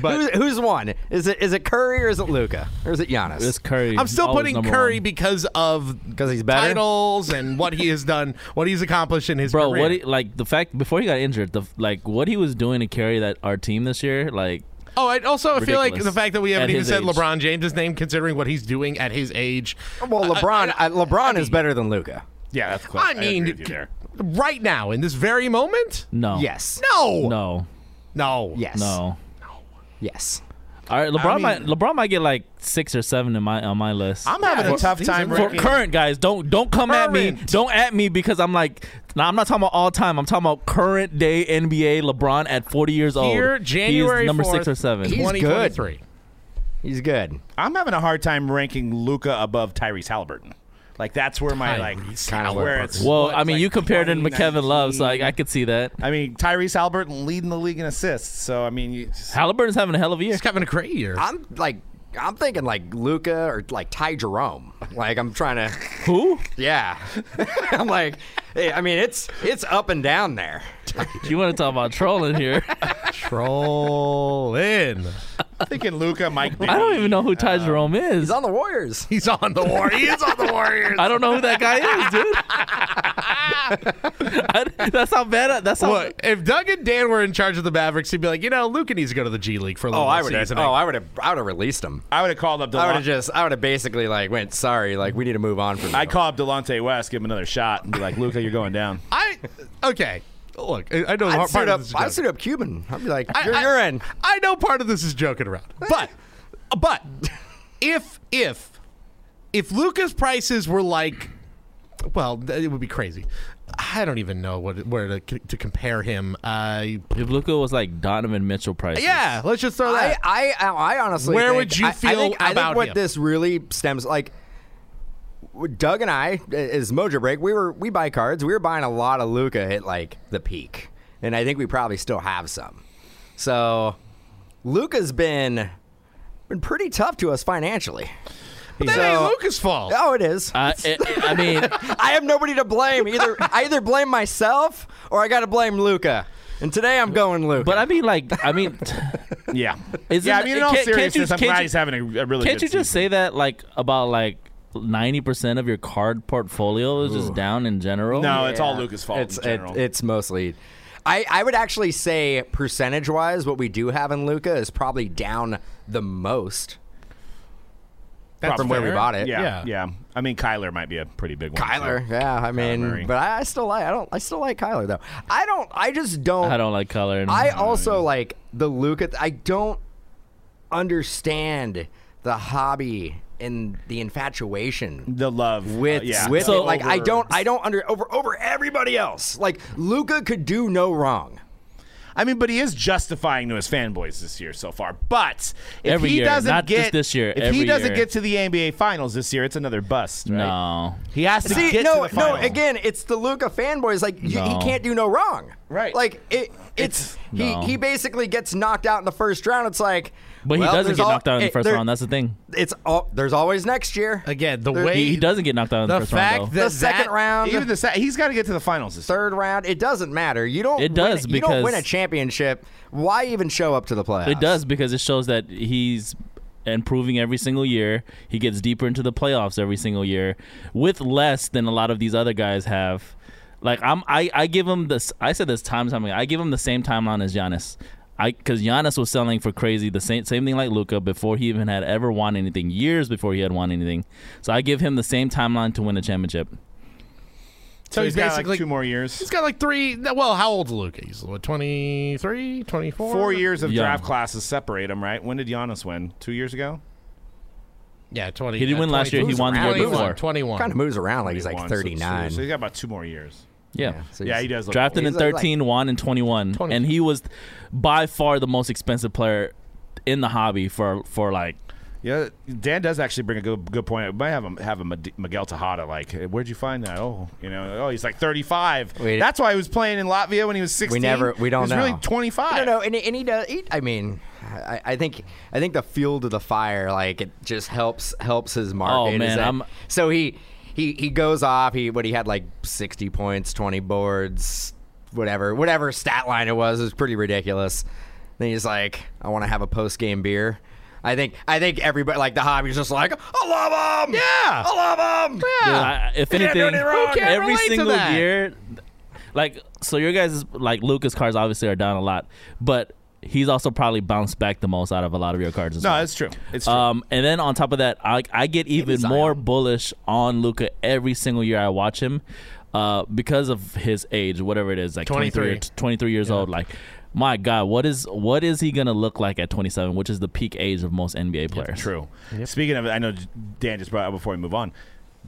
But-
Who's, who's one? Is it is it Curry or is it Luca or is it Giannis?
it's Curry.
I'm still
Always
putting
number
Curry
one.
because of
Because he's better.
titles and what he has done, what he's accomplished in his
Bro,
career.
what he, like the fact before he got injured, the like what he was doing to carry that our team this year, like
Oh, I also I feel like
Ridiculous.
the fact that we haven't
At
even
his
said
age.
LeBron James' name, considering what he's doing at his age.
well, LeBron. I, LeBron is better than Luca.
yeah, that's close.
I
agree
mean,
with you there.
right now in this very moment,
no,
Yes.
no,
no,
no,
Yes.
Oh. no.
Yes.
All right, LeBron
mean-
might LeBron might get like six or seven in my on my list.
I'm having a
he's-
tough
he's
time.
in-
For
ranking-
current guys, don't don't come at me.
Current.
Don't at me because I'm like, nah, I'm not talking about all time. I'm talking about current day NBA LeBron at 40 years old.
Here,
He's
January
number
4th,
six or seven.
He's
Twenty twenty three.
He's good.
I'm having a hard time ranking Luca above Tyrese Halliburton. Like that's where my like
Tyrese
kinda where
Halliburton.
it's.
well,
what,
I mean,
like
you compared him to
2019.
Kevin Love, so I, I could see that.
I mean, Tyrese Halliburton leading the league in assists. So I mean, you just,
Halliburton's having a hell of a year.
He's having a great year.
I'm like I'm thinking like Luca or like Ty Jerome. Like I'm trying to.
Who?
Yeah. I'm like. eh, I mean, it's it's up and down there.
You want to talk about trolling here?
Troll in.
I'm thinking Luca, Mike.
I don't even know who Ty Jerome is.
He's on the Warriors.
He's on the war. He is on the Warriors.
I don't know who that guy is, dude. I- that's how bad. I, that's how.
Look, if Doug and Dan were in charge of the Mavericks, he'd be like, you know, Luca needs to go to the G League for a little
Oh, I
bit
would
of
have.
season.
Oh, I would have. I would have released him.
I would have called up.
I would have
Delon-
just. I would have basically like went. Sorry, like we need to move on from.
I
you."
call up Delonte West, give him another shot, and be like, "Luca, you're going down."
I okay. Look, I I know
I'd
part
suit
of
up.
this is
I'd
joking.
suit up Cuban. I'd be like,
I-
you're,
I-
you're in.
I know part of this is joking around, but but if if if Lucas prices were like, well, th- it would be crazy. I don't even know what where to, to compare him. Uh,
If Luca was like Donovan Mitchell price,
yeah, let's just throw
I,
that.
I, I honestly.
Where
think-
would you
I- I
feel
think, I think
about
what
him?
this really stems like. Doug and I, as Mojo Break, we were we buy cards. We were buying a lot of Luca at like the peak, and I think we probably still have some. So, Luca's been been pretty tough to us financially.
that
So-
ain't Lucas' fault. Uh,
Oh, it is.
I, I, I mean,
I have nobody to blame. Either I either blame myself or I got to blame Luca. And today I'm going Luca.
but I mean, like, I mean,
Yeah,
Isn't
yeah. I mean, in
it-
all
can't- can't you-
seriousness, I'm
can't
glad
you-
he's having a, a really.
can't
good
you just
season.
say that like about like ninety percent of your card portfolio is just down in general?
No, it's all
Yeah.
Luca's fault.
It's
in general.
it- it's mostly. I, I would actually say percentage wise, what we do have in Luca is probably down the most
That's
from where we
fair.
bought it.
yeah, yeah,
yeah.
I mean, Kyler might be a pretty big one. so.
Kyler, yeah, I
Murray.
mean, but I, I still like I don't I still like Kyler though. I don't. I just don't.
I don't like color. And
I also like the Luca. I don't understand the hobby and the infatuation
the love uh,
with
yeah.
with
So-
it. like I
over-
don't I don't under over over everybody else. Like Luca could do no wrong.
I mean, but he is justifying to his fanboys this year so far. But if
Every
he
year,
doesn't
not
get
just this year,
if he
every
doesn't
year.
get to the NBA Finals this year, it's another bust. Right?
no.
he has to
See,
get
no,
to the
no.
finals.
Again, it's the Luca fanboys. Like you, he
No.
can't do no wrong.
Right.
Like it. It's,
It's-
he.
No.
He basically gets knocked out in the first round. It's like,
But
Well,
he doesn't
there's
get
all-
knocked out in the
it-
first
there-
round. That's the thing.
It's all, there's always next year.
Again, the way
He, he doesn't get knocked out in the,
the
first
fact
round. Though.
that
The second
that-
round,
Even the se- he's got to get to the finals. This
third round, it doesn't matter. You don't.
It does
win, you don't win
because-
a championship. Why even show up to the playoffs?
It does because it shows that he's improving every single year. He gets deeper into the playoffs every single year with less than a lot of these other guys have. Like I'm, I, I give him this. I said this time something. I give him the same timeline as Giannis. I because Giannis was selling for crazy the same same thing like Luca before he even had ever won anything. Years before he had won anything. So I give him the same timeline to win a championship.
so he's got like
basically-
two more years.
He's got like three. Well, how old's Luke? He's what, 23, 24?
Four years of
Yeah.
draft classes separate him, right? When did Giannis win? Two years ago?
Yeah, uh, 20.
He didn't
yeah,
win last year. He
22.
won the year
around. He was
before.
on
21.
Kind of moves around like he's like
One, so- so-
39.
So he's got about two more years.
Yeah.
so
Yeah,
he's-
he does. Look
Drafted
He's
in
like-
13, won in 21,
20.
and he was by far the most expensive player in the hobby for for like
Yeah, Dan does actually bring a good good point. We might have him have a Mad- Miguel Tejada. Like, "Hey, where'd you find that? Oh, you know, oh, he's like 35.
We-
That's why he was playing in Latvia when he was 16.
We never. We don't
He's
know.
really 25.
No, no, and, and he does. He, I mean, I, I think I think the fuel to the fire, like it just helps helps his market. is
Oh, man,
that-
I'm-
so he he he goes off. He what he had like sixty points, twenty boards, whatever whatever stat line it was. It was pretty ridiculous. Then he's like, I want to have a post game beer. I think I think everybody like the hobby's just like, I love him. Yeah, I love him.
Dude, I- if
didn't do
anything,
anything wrong. Who can
every
relate to
single
that?
year, like so, your guys is- like Lucas cards obviously are down a lot, but he's also probably bounced back the most out of a lot of your cards. As
no,
well.
it's true. It's true.
Uh,
Um, and then on top of that, I, I get even
Zion.
more bullish on Luca every single year I watch him, uh, because of his age, whatever it is, like 23,
23.
23 years old. Like, my God, what is what is he gonna look like at twenty seven, which is the peak age of most NBA players?
True. Speaking of, I know Dan just brought up before we move on.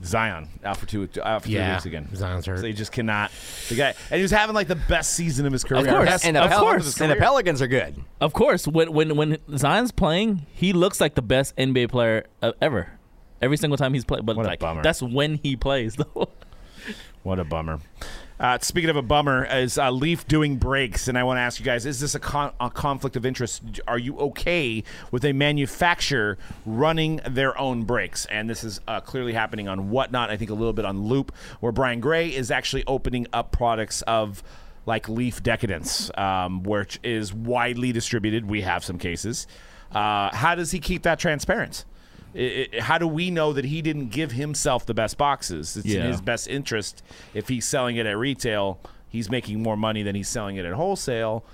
Zion out for two out for two
Yeah.
weeks again.
Zion's hurt.
So he just cannot. The guy, and he was having like the best season of his career.
course.
Best-
And the,
Of
Pel-
course.
and the Pelicans are good.
Of course, when when when Zion's playing, he looks like the best NBA player uh, ever. Every single time he's played, but
What a
like
bummer.
that's when he plays though.
What a bummer. Uh, speaking of a bummer, is uh, Leaf doing breaks? And I want to ask you guys: Is this a, con- a conflict of interest? Are you okay with a manufacturer running their own breaks? And this is uh, clearly happening on whatnot. I think a little bit on Loop, where Brian Gray is actually opening up products of like Leaf Decadence, um, which is widely distributed. We have some cases. Uh, how does he keep that transparent? I i how do we know that he didn't give himself the best boxes? It's in
Yeah.
his best interest if he's selling it at retail he's making more money than he's selling it at wholesale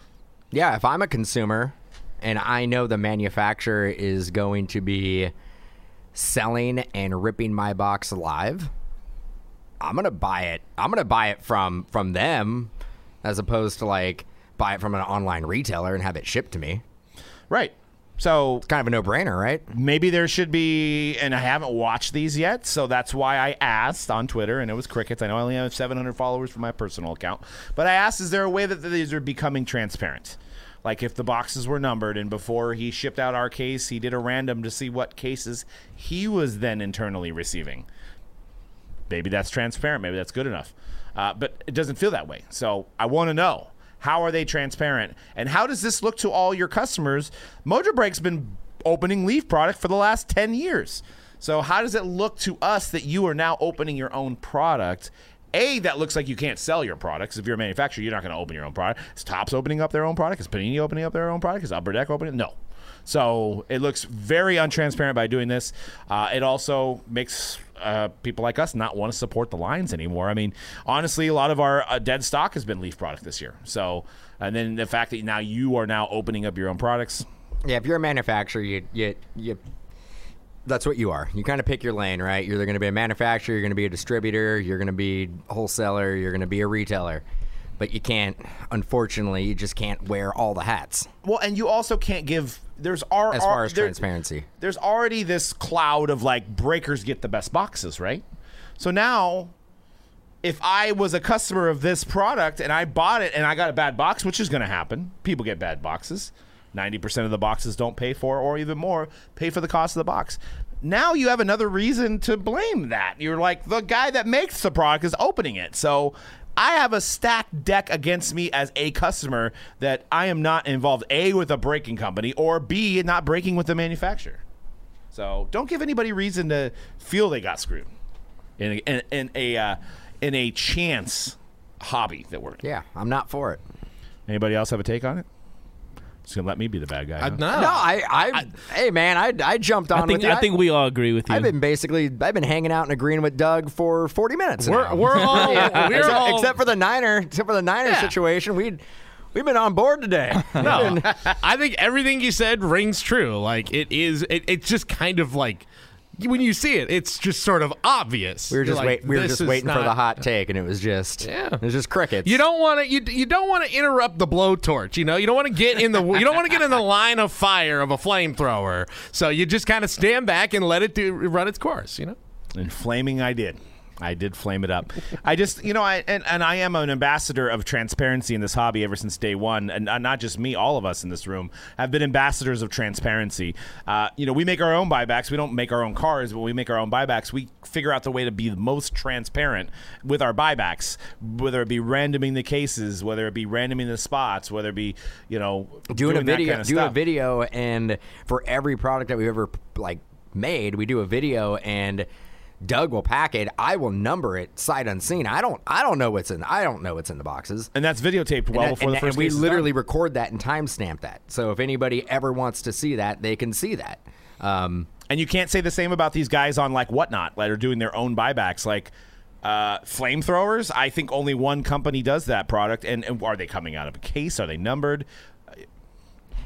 Yeah, if I'm a consumer and I know the manufacturer is going to be selling and ripping my box live, I'm gonna buy it. I'm gonna buy it from from them as opposed to like buy it from an online retailer and have it shipped to me.
right so
Kind of a no brainer, right?
maybe there should be and i haven't watched these yet so that's why i asked on twitter and it was crickets i know i only have 700 followers for my personal account but i asked is there a way that these are becoming transparent like if the boxes were numbered and before he shipped out our case he did a random to see what cases he was then internally receiving maybe that's transparent maybe that's good enough uh, but it doesn't feel that way so i want to know how are they transparent and how does this look to all your customers mojo break's been opening leaf product for the last 10 years so how does it look to us that you are now opening your own product a that looks like you can't sell your products if you're a manufacturer you're not going to open your own product is tops opening up their own product is panini opening up their own product is upper deck opening no so it looks very untransparent by doing this. Uh, it also makes uh, people like us not want to support the lines anymore. I mean, honestly, a lot of our uh, dead stock has been Leaf product this year. So, and then the fact that now you are now opening up your own products.
Yeah, if you're a manufacturer, you you you that's what you are. You kind of pick your lane, right? You're either going to be a manufacturer, you're going to be a distributor, you're going to be a wholesaler, you're going to be a retailer. But you can't, unfortunately, you just can't wear all the hats
Well, and you also can't give. There's our
as far as transparency.
there's already this cloud of like breakers get the best boxes, right? So now if I was a customer of this product and I bought it and I got a bad box, which is going to happen, people get bad boxes. 90% of the boxes don't pay for, or even more, pay for the cost of the box. Now you have another reason to blame that. You're like, the guy that makes the product is opening it. So I have a stacked deck against me as a customer that I am not involved A with a breaking company or B not breaking with the manufacturer. So don't give anybody reason to feel they got screwed in a, in, in a uh, in a chance hobby that we're in.
Yeah, I'm not for it.
Anybody else have a take on it? Just gonna let me be the bad guy. huh?
no.
No, I, I, hey man, I, I jumped on
I think
with you.
I think we all agree with you.
I've been basically, I've been hanging out and agreeing with Doug for 40 minutes.
We're,
now.
we're all we're
except,
all
except for the Niner, except for the Niner
Yeah.
situation, we we've been on board today.
no. I think everything you said rings true. Like it is. It, it's just kind of like when you see it, it's just sort of obvious.
we were
You're
just
like,
wait, we were
this
just
is
waiting for
not-
the hot take, and it was just,
Yeah.
it was just crickets.
You don't want to you, you don't want to interrupt the blowtorch, you know. You don't want to get in the you don't want to get in the line of fire of a flamethrower. So you just kind of stand back and let it do run its course, you know.
and flaming I did. I did flame it up. I just, you know, I and, and I am an ambassador of transparency in this hobby ever since day one, and uh, not just me, all of us in this room have been ambassadors of transparency. Uh, you know, we make our own buybacks. We don't make our own cars, but we make our own buybacks. We figure out the way to be the most transparent with our buybacks, whether it be randoming the cases, whether it be randoming the spots, whether it be, you know,
doing, a
that
video,
kinda
do a
stuff.
video, and for every product that we've ever like made, we do a video, and Doug will pack it. I will number it sight unseen. I don't, I don't know what's in, I don't know what's in the boxes.
And that's videotaped well
and, that-
before
and
the
that-
first.
and we
case is done.
literally record that and timestamp that. So if anybody ever wants to see that, they can see that. Um,
And you can't say the same about these guys on like whatnot that are doing their own buybacks, like uh, flamethrowers. I think only one company does that product. And, and are they coming out of a case? Are they numbered? Uh,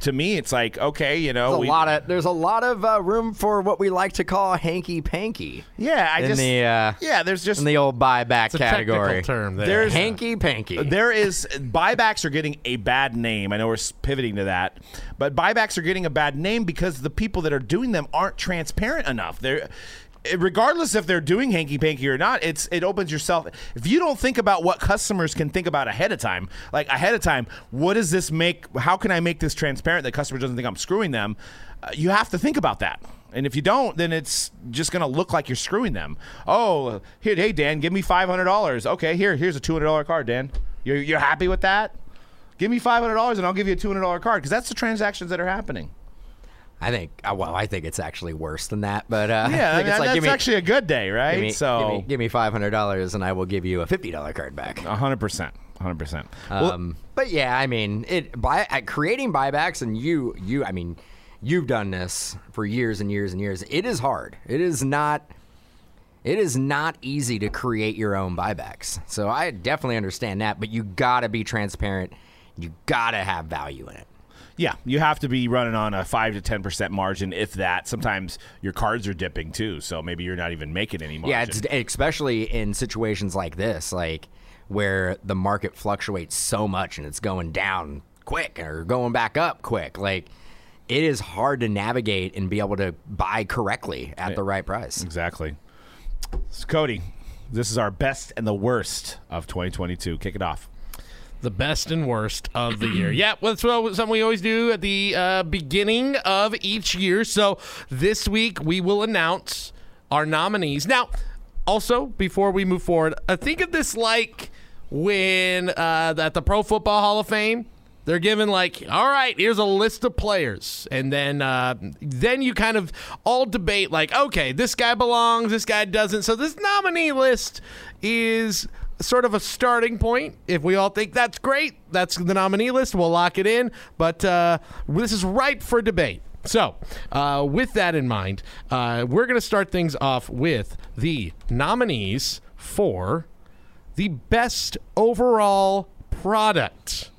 To me, it's like okay, you know,
there's a
we-
lot of there's a lot of uh, room for what we like to call hanky panky.
yeah. I
in
just
the, uh,
yeah, there's just
in the old buyback
It's a
category.
technical term there.
There's-
hanky panky.
Uh, There is buybacks are getting a bad name. I know we're s- pivoting to that, but buybacks are getting a bad name because the people that are doing them aren't transparent enough. They're eh, regardless if they're doing hanky panky or not, it's it opens yourself. If you don't think about what customers can think about ahead of time, like ahead of time, what does this make? How can I make this transparent that customer doesn't think I'm screwing them? Uh, you have to think about that. And if you don't, then it's just going to look like you're screwing them. Oh, here, hey Dan, give me five hundred dollars. Okay, here, here's a two hundred dollar card, Dan. You're, you're happy with that? Give me five hundred dollars and I'll give you a two hundred dollar card because that's the transactions that are happening.
I think. uh, Well, I think it's actually worse than that. But uh,
Yeah,
I
I mean,
think it's like
that's
give me,
actually a good day, right?
give me,
so,
give me, five hundred dollars and I will give you a fifty dollar card back.
hundred percent, hundred percent.
Um, but yeah, I mean, it by at creating buybacks and you you I mean, you've done this for years and years and years. It is hard. It is not it is not easy to create your own buybacks. So I definitely understand that, but you got to be transparent. You got to have value in it.
Yeah, you have to be running on a five to ten percent margin, if that. Sometimes your cards are dipping too, so maybe you're not even making any margin.
Yeah, it's, especially in situations like this, like where the market fluctuates so much and it's going down quick or going back up quick. Like it is hard to navigate and be able to buy correctly at the right price.
exactly. So, Cody, this is our best and the worst of 2022. Kick it off.
the best and worst of the year. Yeah, well, that's what, something we always do at the uh, beginning of each year. So this week we will announce our nominees. Now, also before we move forward, uh, think of this like when uh, at the Pro Football Hall of Fame. They're given like, all right, here's a list of players, and then uh, then you kind of all debate like, okay, this guy belongs, this guy doesn't. So this nominee list is sort of a starting point. If we all think that's great, that's the nominee list. We'll lock it in. But uh, this is ripe for debate. So, uh, with that in mind, uh, we're going to start things off with the nominees for the best overall product,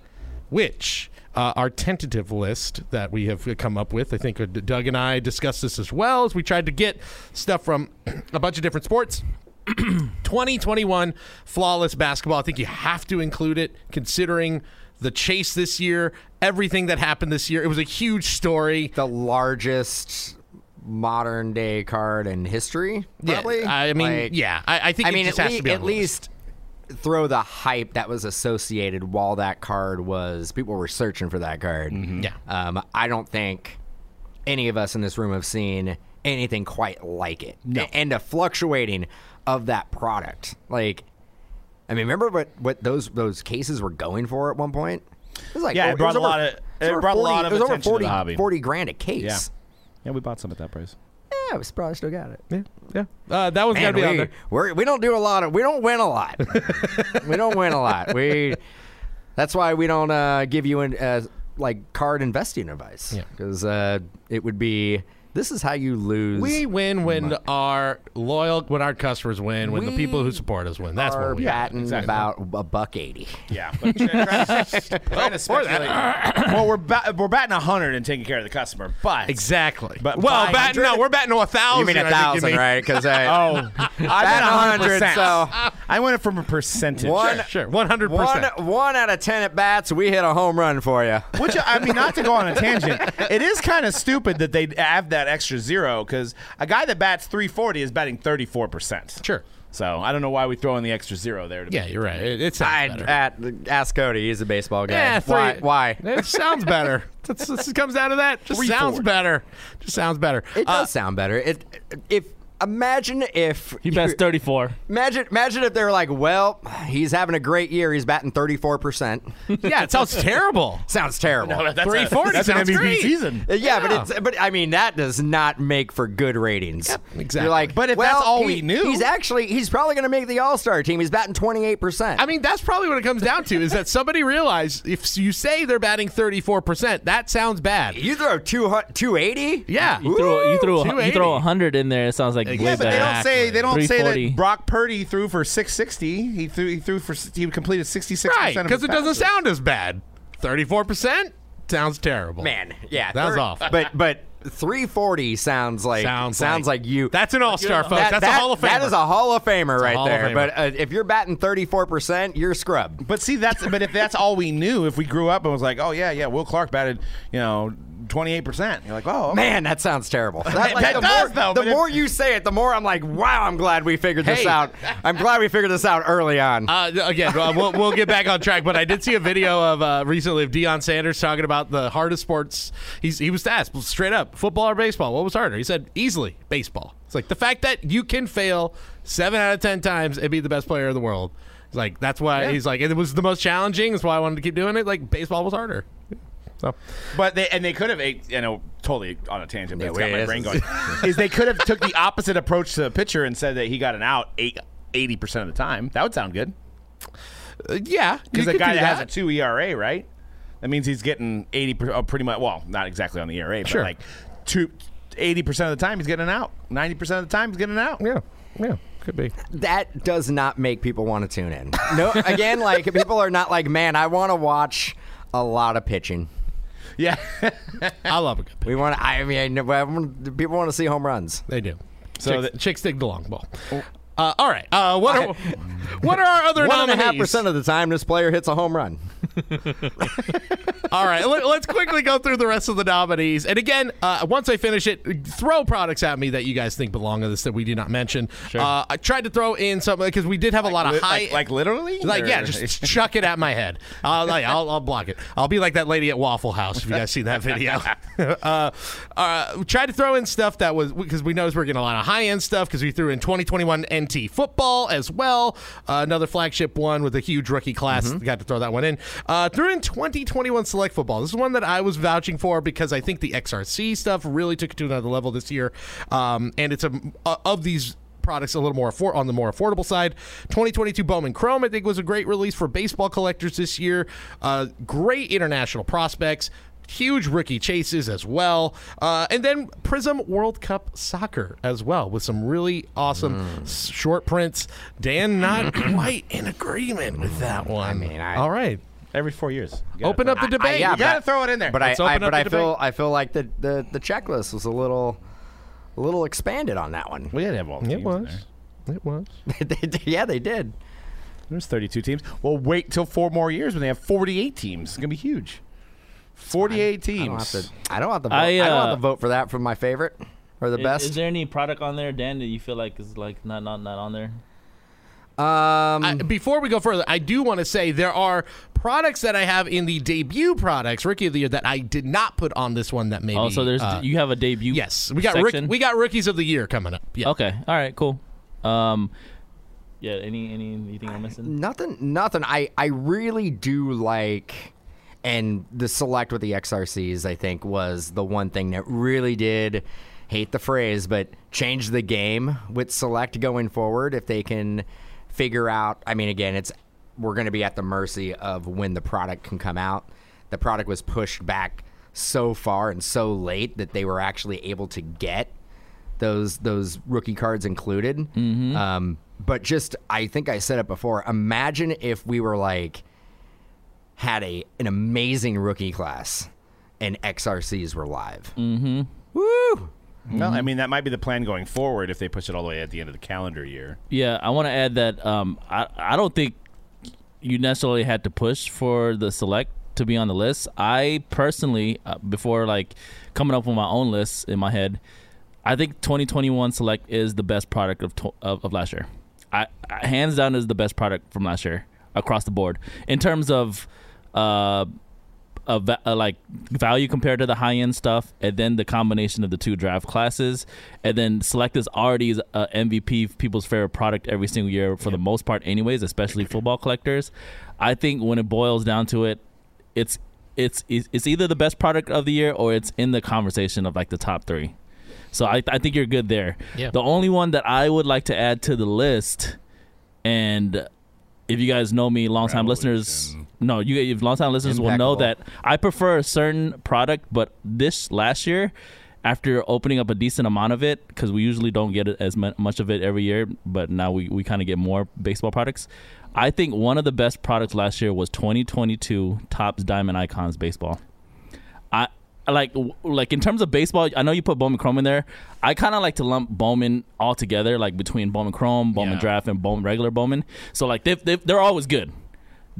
which uh, our tentative list that we have come up with. I think uh, Doug and I discussed this as well as we tried to get stuff from a bunch of different sports. 2021 flawless basketball. I think you have to include it considering the chase this year, everything that happened this year. It was a huge story.
The largest modern day card in history, probably.
Yeah, I mean,
Like,
yeah, I, I think
I
it
mean,
just
at,
has
lea-
to be on
at
the list.
least throw the hype that was associated while that card was people were searching for that card.
Yeah.
Um, I don't think any of us in this room have seen anything quite like it. No. And a fluctuating of that product. Like I mean, remember what, what those those cases were going for at one point? It was like
Yeah, it
oh,
brought
was
a
over-
lot of-
was
it
over
brought a
40
lot of
it was over
attention to the
40,
hobby.
40 grand a case.
Yeah. Yeah, we bought some at that price.
yeah, I was probably still got it.
Yeah, yeah. Uh, that one's
Man,
gotta be out
we,
there.
we're, we don't do a lot of we don't win a lot. we don't win a lot. We that's why we don't uh, give you in, uh, like card investing advice
Yeah.
because uh, it would be this is how you lose.
We win when
Mm-hmm.
our loyal, when our customers win, when the
We
people who support us win. That's
are
what we
batting
exactly.
about a buck eighty.
Yeah, but trying to speculate. well, we're ba- we're batting hundred and taking care of the customer, but
Exactly.
But
well,
by
batting, no,
100
we're batting to a thousand.
You mean a
I think you
thousand,
mean.
right? uh, Because I
Oh, I bet
Bat
100.
100, so-
I went it from a percentage.
One-
Sure, one hundred
one
percent.
one out of ten at bats, we hit a home run for you.
Which I mean, not to go on a tangent, it is kind of stupid that they have that extra zero because a guy that bats 340 is batting 34 percent.
Sure.
So I don't know why we throw in the extra zero there. To
Yeah, you're right. It, it
I,
sounds better.
at, ask Cody. He's a baseball guy.
yeah,
uh, why?
three-
Why?
It sounds better. That's, this comes down to that. Just
Three,
sounds
four.
better. Just sounds better.
It
Uh,
does sound better. It if imagine if
He bats
you-
34.
Imagine imagine if they were like, well, he's having a great year. He's batting thirty four percent.
yeah, it sounds terrible.
Sounds terrible.
Be. That's a-
340
That's an
sounds
MVP
great.
season.
Uh, yeah, but it's but I mean that does not make for good ratings.
exactly.
You're like,
But if
well,
that's all
he-
we knew-
he's actually he's probably going to make the All Star team. He's batting twenty eight percent.
I mean, that's probably what it comes down to is that somebody realized if you say they're batting 34%, that sounds bad.
you throw two two eighty.
Yeah.
You throw, you throw, a, you
280.
throw 100 in there. It sounds like
Yeah,
way
Yeah, but they
better.
don't say they don't say
340.
that Brock Purdy threw for 660. He threw he threw for he completed 66
Right,
percent
because it doesn't sound as bad. 34% sounds terrible.
man, yeah,
That was
thir-
off.
But but three forty sounds like
Sounds
like,
like-
you.
That's an all star, folks.
That-
that's
that-
a Hall of Famer.
That is a Hall of Famer right
Hall of
there.
Famer.
But uh, if you're batting 34%, you're a scrub.
But see, that's but if that's all we knew, if we grew up and was like, oh yeah, yeah, Will Clark batted, you know, twenty eight percent. You're like, oh, okay.
Man, that sounds terrible. That,
that
the
does,
more,
though,
The
but it-
more you say it, the more I'm like, wow, I'm glad we figured this
Hey.
out. I'm glad we figured this out early on.
Uh, again, well, we'll, we'll get back on track, but I did see a video of uh, recently of Deion Sanders talking about the hardest sports. He's, he was asked straight up, football or baseball, what was harder? He said, easily, baseball. It's like the fact that you can fail seven out of 10 times and be the best player in the world. It's like, that's why he's like, it was the most challenging. That's why I wanted to keep doing it. Like, baseball was harder. So,
But they and they could have, ate- you know, totally on a tangent, but
Yeah,
it's got
wait,
my
this
brain going.
is-
is they could have took the opposite approach to the pitcher and said that he got an out eight. 80% of the time. That would sound good.
uh, yeah. you
Because a
could
guy
do
that, has a 2 ERA, right? That means he's getting 80% oh, pretty much well, not exactly on the ERA, but
Sure.
like two, 80% of the time he's getting an out. 90% of the time he's getting an out.
Yeah. Yeah. Could be.
that does not make people want to tune in. No, again, like people are not like, man, I want to watch a lot of pitching.
Yeah.
I love a good pitch.
We want. I mean, people want to see home runs.
They do.
So
So chicks,
that-
chicks dig the long ball. Uh, all right. Uh, what are what are our other
One and a half
nominees?
percent of the time, this player hits a home run.
All right, let, us quickly go through the rest of the nominees. And again, uh, once I finish it, throw products at me that you guys think belong on this that we did not mention. Uh, I tried to throw in some because we did have a lot of
Li-
high,
like, like literally,
like, yeah,
Or-
just chuck it at my head. Uh, like, I'll, I'll block it. I'll be like that lady at Waffle House if you guys seen that video. uh, uh, try to throw in stuff that was because we noticed we're getting a lot of high end stuff because we threw in 2021 NT football as well. Uh, another flagship one with a huge rookie class. Got to throw that one in. Uh, threw in 2021 select football. This is one that I was vouching for because I think the XRC stuff really took it to another level this year. Um, and it's a of these products a little more affor- on the more affordable side. 2022 Bowman Chrome, I think, was a great release for baseball collectors this year. Uh, great international prospects. Huge rookie chases as well. Uh, and then Prism World Cup Soccer as well, with some really
Mm.
awesome s short prints. Dan, not quite in agreement with that one. I
mean, Mm, I-
All right.
every four years. You gotta
Open
throw-
up the
I- I-
debate.
yeah,
You gotta throw it in there.
But
Let's
I, I
open up
but
the
I feel I feel like the, the, the checklist was a little a little expanded on that one.
we had to have all the
It
teams in
was.
there.
It was.
They did- yeah, they did.
There's 32 teams. Well, wait till four more years when they have 48 teams. It's gonna be huge. 48
I don't have
teams.
to. I don't have to. Vote,
I,
I, don't
uh,
have to vote for that for my favorite or the
Is-
best.
Is, there any product on there, Dan, that you feel like is like not not not on there?
um,
I,
Mm.
before we go further, I do want to say there are products that I have in the debut products, Rookie of the Year, that I did not put on this one. That maybe
Oh, so there's
uh,
you have a debut.
yes, we got rook,
section?
we got rookies of the year coming up. Yeah,
Okay. All right. Cool. Um, Yeah. Any any anything I'm missing?
Nothing. Nothing. I I really do like, and the select with the XRCs I think was the one thing that really did. Hate the phrase, but change the game with select going forward if they can figure out. I mean, again, it's we're going to be at the mercy of when the product can come out. The product was pushed back so far and so late that they were actually able to get those those rookie cards included.
Mm-hmm.
Um, but just I think I said it before. Imagine if we were like had a an amazing rookie class and XRCs were live.
Mm.
Mm-hmm. Woo!
Well, I mean, that might be the plan going forward if they push it all the way at the end of the calendar year.
Yeah. I want to add that um, I I don't think you necessarily had to push for the select to be on the list. I personally, uh, before like coming up with my own list in my head, I think 2021 select is the best product of tw- of, of last year. I, I hands down is the best product from last year across the board in terms of. Uh, of va- uh, like value compared to the high end stuff, and then the combination of the two draft classes, and then select is already is, uh, MVP, people's favorite product every single year for the most part, anyways, especially football collectors. I think when it boils down to it, it's it's it's it's either the best product of the year or it's in the conversation of like the top three. So I I think you're good there.
Yeah.
The only one that I would like to add to the list, and if you guys know me, longtime listeners, no, you if longtime listeners will know that
Impeccable.
I prefer a certain product, but this last year. After opening up a decent amount of it, because we usually don't get as mu- much of it every year, but now we, we kind of get more baseball products. I think one of the best products last year was 2022 Topps Diamond Icons Baseball. I like like in terms of baseball. I know you put Bowman Chrome in there. I kind of like to lump Bowman all together, like between Bowman Chrome, Bowman
Yeah.
Draft, and Bowman regular Bowman. So like they've, they've, they're always good.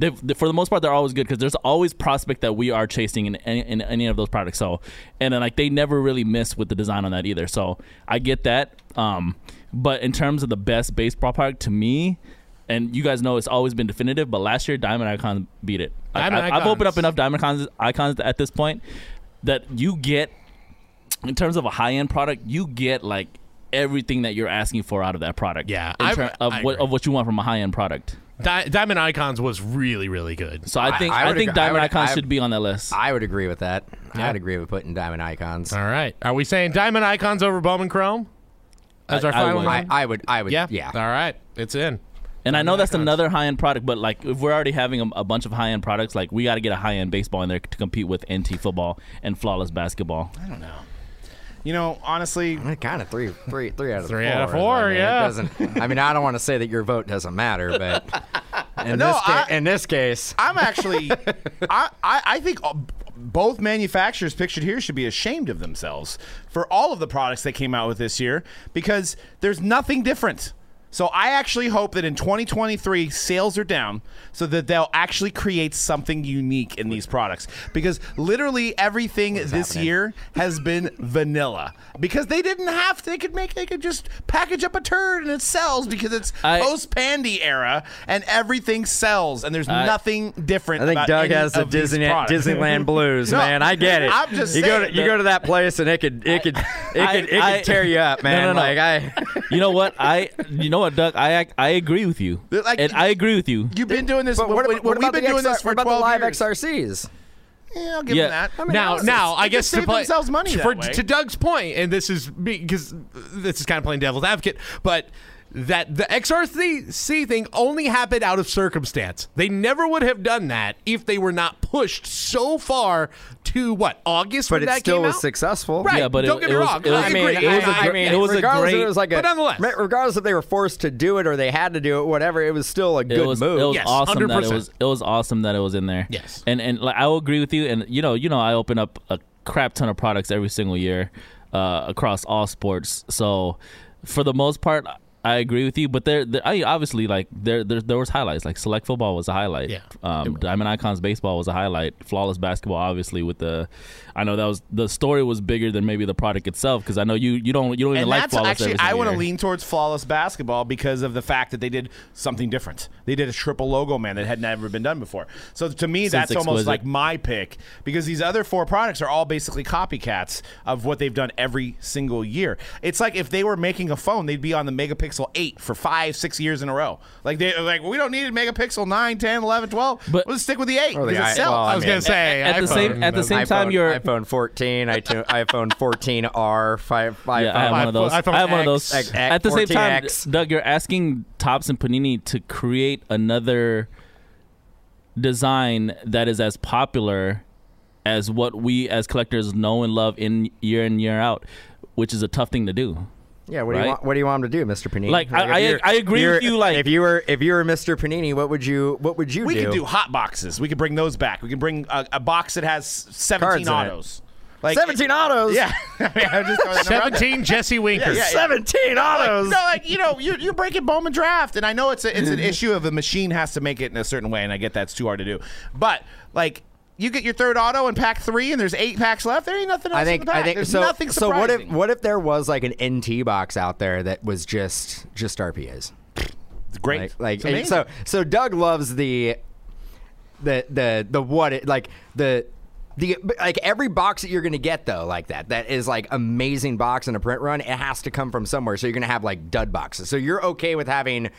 They've, they- for the most part, they're always good because there's always prospect that we are chasing in any, in any of those products. So, and then like they never really miss with the design on that either. So I get that. Um, but in terms of the best baseball product to me, and you guys know it's always been definitive. But last year, Diamond Icon beat it. Like,
Diamond
I, I've opened
Icons.
up enough diamond icons, icons at this point that you get in terms of a high end product, you get like everything that you're asking for out of that product.
Yeah,
in
I-
ter- of
I
what
agree.
of what you want from a high end product.
Di- Diamond Icons was really, really good.
Oh. So I think
I
I,
would
think
agree- I
diamond
would-
icons
I-
should be on that list.
I would agree with that.
Yeah.
I'd agree with putting diamond icons.
All right. Are we saying Diamond Icons over Bowman Chrome as
I-
our
I
final
would.
one?
I, I would. I would.
yeah.
Yeah. Yeah.
All right. It's in.
and I know that's
Icons.
another high end product, but like if we're already having a, a bunch of high end products, like we got to get a high end baseball in there to compete with NT football and flawless basketball.
You know, honestly,
Kind of three, three, three out of
Three
four.
out of
I
four,
mean, it
yeah.
doesn't. I mean, I don't want to say that your vote doesn't matter, but in
No,
this ca-
I-
in this case,
I'm actually, I, I, I think uh, b- both manufacturers pictured here should be ashamed of themselves for all of the products they came out with this year because there's nothing different. So I actually hope that in 2023 sales are down so that they'll actually create something unique in these products because literally everything this
happening?
year has been vanilla because they didn't have to, they could make they could just package up a turd and it sells because it's
I-
post pandy era and everything sells and there's
I-
nothing different.
I think
about
Doug
any
has the
of these
Disney,
products.
Disneyland blues,
No,
man. I get it.
I'm just
you go
saying
to you
that-
go to that place and it could it could it could
I-
it could
I-
tear you up, man.
no, no.
Like I,
you know what? I you know what, Doug? I I agree with you,
Like-
and I agree with you.
You've been doing this.
but what,
we-
about- what
we've
about
been
the
doing
XR
this for
what about
12
the live
years.
XRCs?
Yeah, I'll give
Yeah.
them that.
I mean,
now,
that was-
now,
they
I
could
guess to
save
play
themselves money that
for,
way.
to Doug's point, and this is because this is kind of playing devil's advocate, but that the XRC thing only happened out of circumstance. They never would have done that if they were not pushed so far to what August.
but
when
it
that
still
came
was
out?
successful.
Right.
Yeah, but
don't
it-
get
it
me
was-
wrong.
it was-
I
I mean,
agree.
it was a
I- I
gr-
mean,
it was a
regardless if
great-
it was like a,
But nonetheless.
re- regardless if they were forced to do it or they had to do it, whatever, it was still a good
it was,
move.
It was
Yes,
awesome that it
100%.
was it was awesome that it was in there.
Yes.
And and like I will agree with you and you know, you know I open up a crap ton of products every single year uh, across all sports. So for the most part I agree with you, but there, there I obviously like there, there there was highlights. Like select football was a highlight.
Yeah,
Um, Diamond Icons baseball was a highlight. Flawless basketball obviously with the I know that was the story was bigger than maybe the product itself cuz I know you you don't you don't even
And
like
that's
flawless
actually,
every
I
single
want to
year.
lean towards flawless basketball because of the fact that they did something different. They did a triple logo man that had never been done before. So to me, that's almost
exquisite.
like my pick because these other four products are all basically copycats of what they've done every single year. It's like if they were making a phone, they'd be on the megapixel megapixel 8 for five, six years in a row. Like, they, like we don't need megapixel 9, 10, 11, 12.
But-
Let's stick with the 8.
Or the
because
i-
it sells.
well, I
I was
mean,
gonna say
at the
iPhone,
same- at the
but-
same- time
iPhone-
you're-
iPhone 14, iTunes, iPhone 14R, five, five,
Yeah, I have
five-
one of those.
iPhone- iPhone
I have one of
X,
those.
X, X,
At the same time,
14X.
Doug, you're asking Tops and Panini to create another design that is as popular as what we as collectors know and love in year in year out, which is a tough thing to do.
Yeah, what do
Right?
you want? What do you want him to do, Mr. Panini?
Like, I-
if
I-
you're-
I agree
you're-
with you, like-
if you were if you were Mr. Panini, what would you what would you
We
do?
could do hot boxes. We could bring those back. We can bring a, a box that has 17
Cards in it.
autos. Like
17 autos.
Yeah. I mean, I'm just throwing that number out there.
Seventeen Jesse Winkers.
yeah.
17 autos.
No, like you know, you're, you're breaking Bowman draft, and I know it's a, it's an issue of the machine has to make it in a certain way, and I get that's too hard to do. But like, you get your third auto in pack three, and there's eight packs left. There ain't nothing else.
I think
in the pack.
I think
there's
so.
nothing
so what if
surprising.
what if there was like an NT box out there that was just just RPAs?
Great,
Like like
It's
and
amazing.
so so Doug loves the the the the what it like the the like every box that you're gonna get though like that that is like amazing box in a print run it has to come from somewhere so you're gonna have like dud boxes so you're okay with having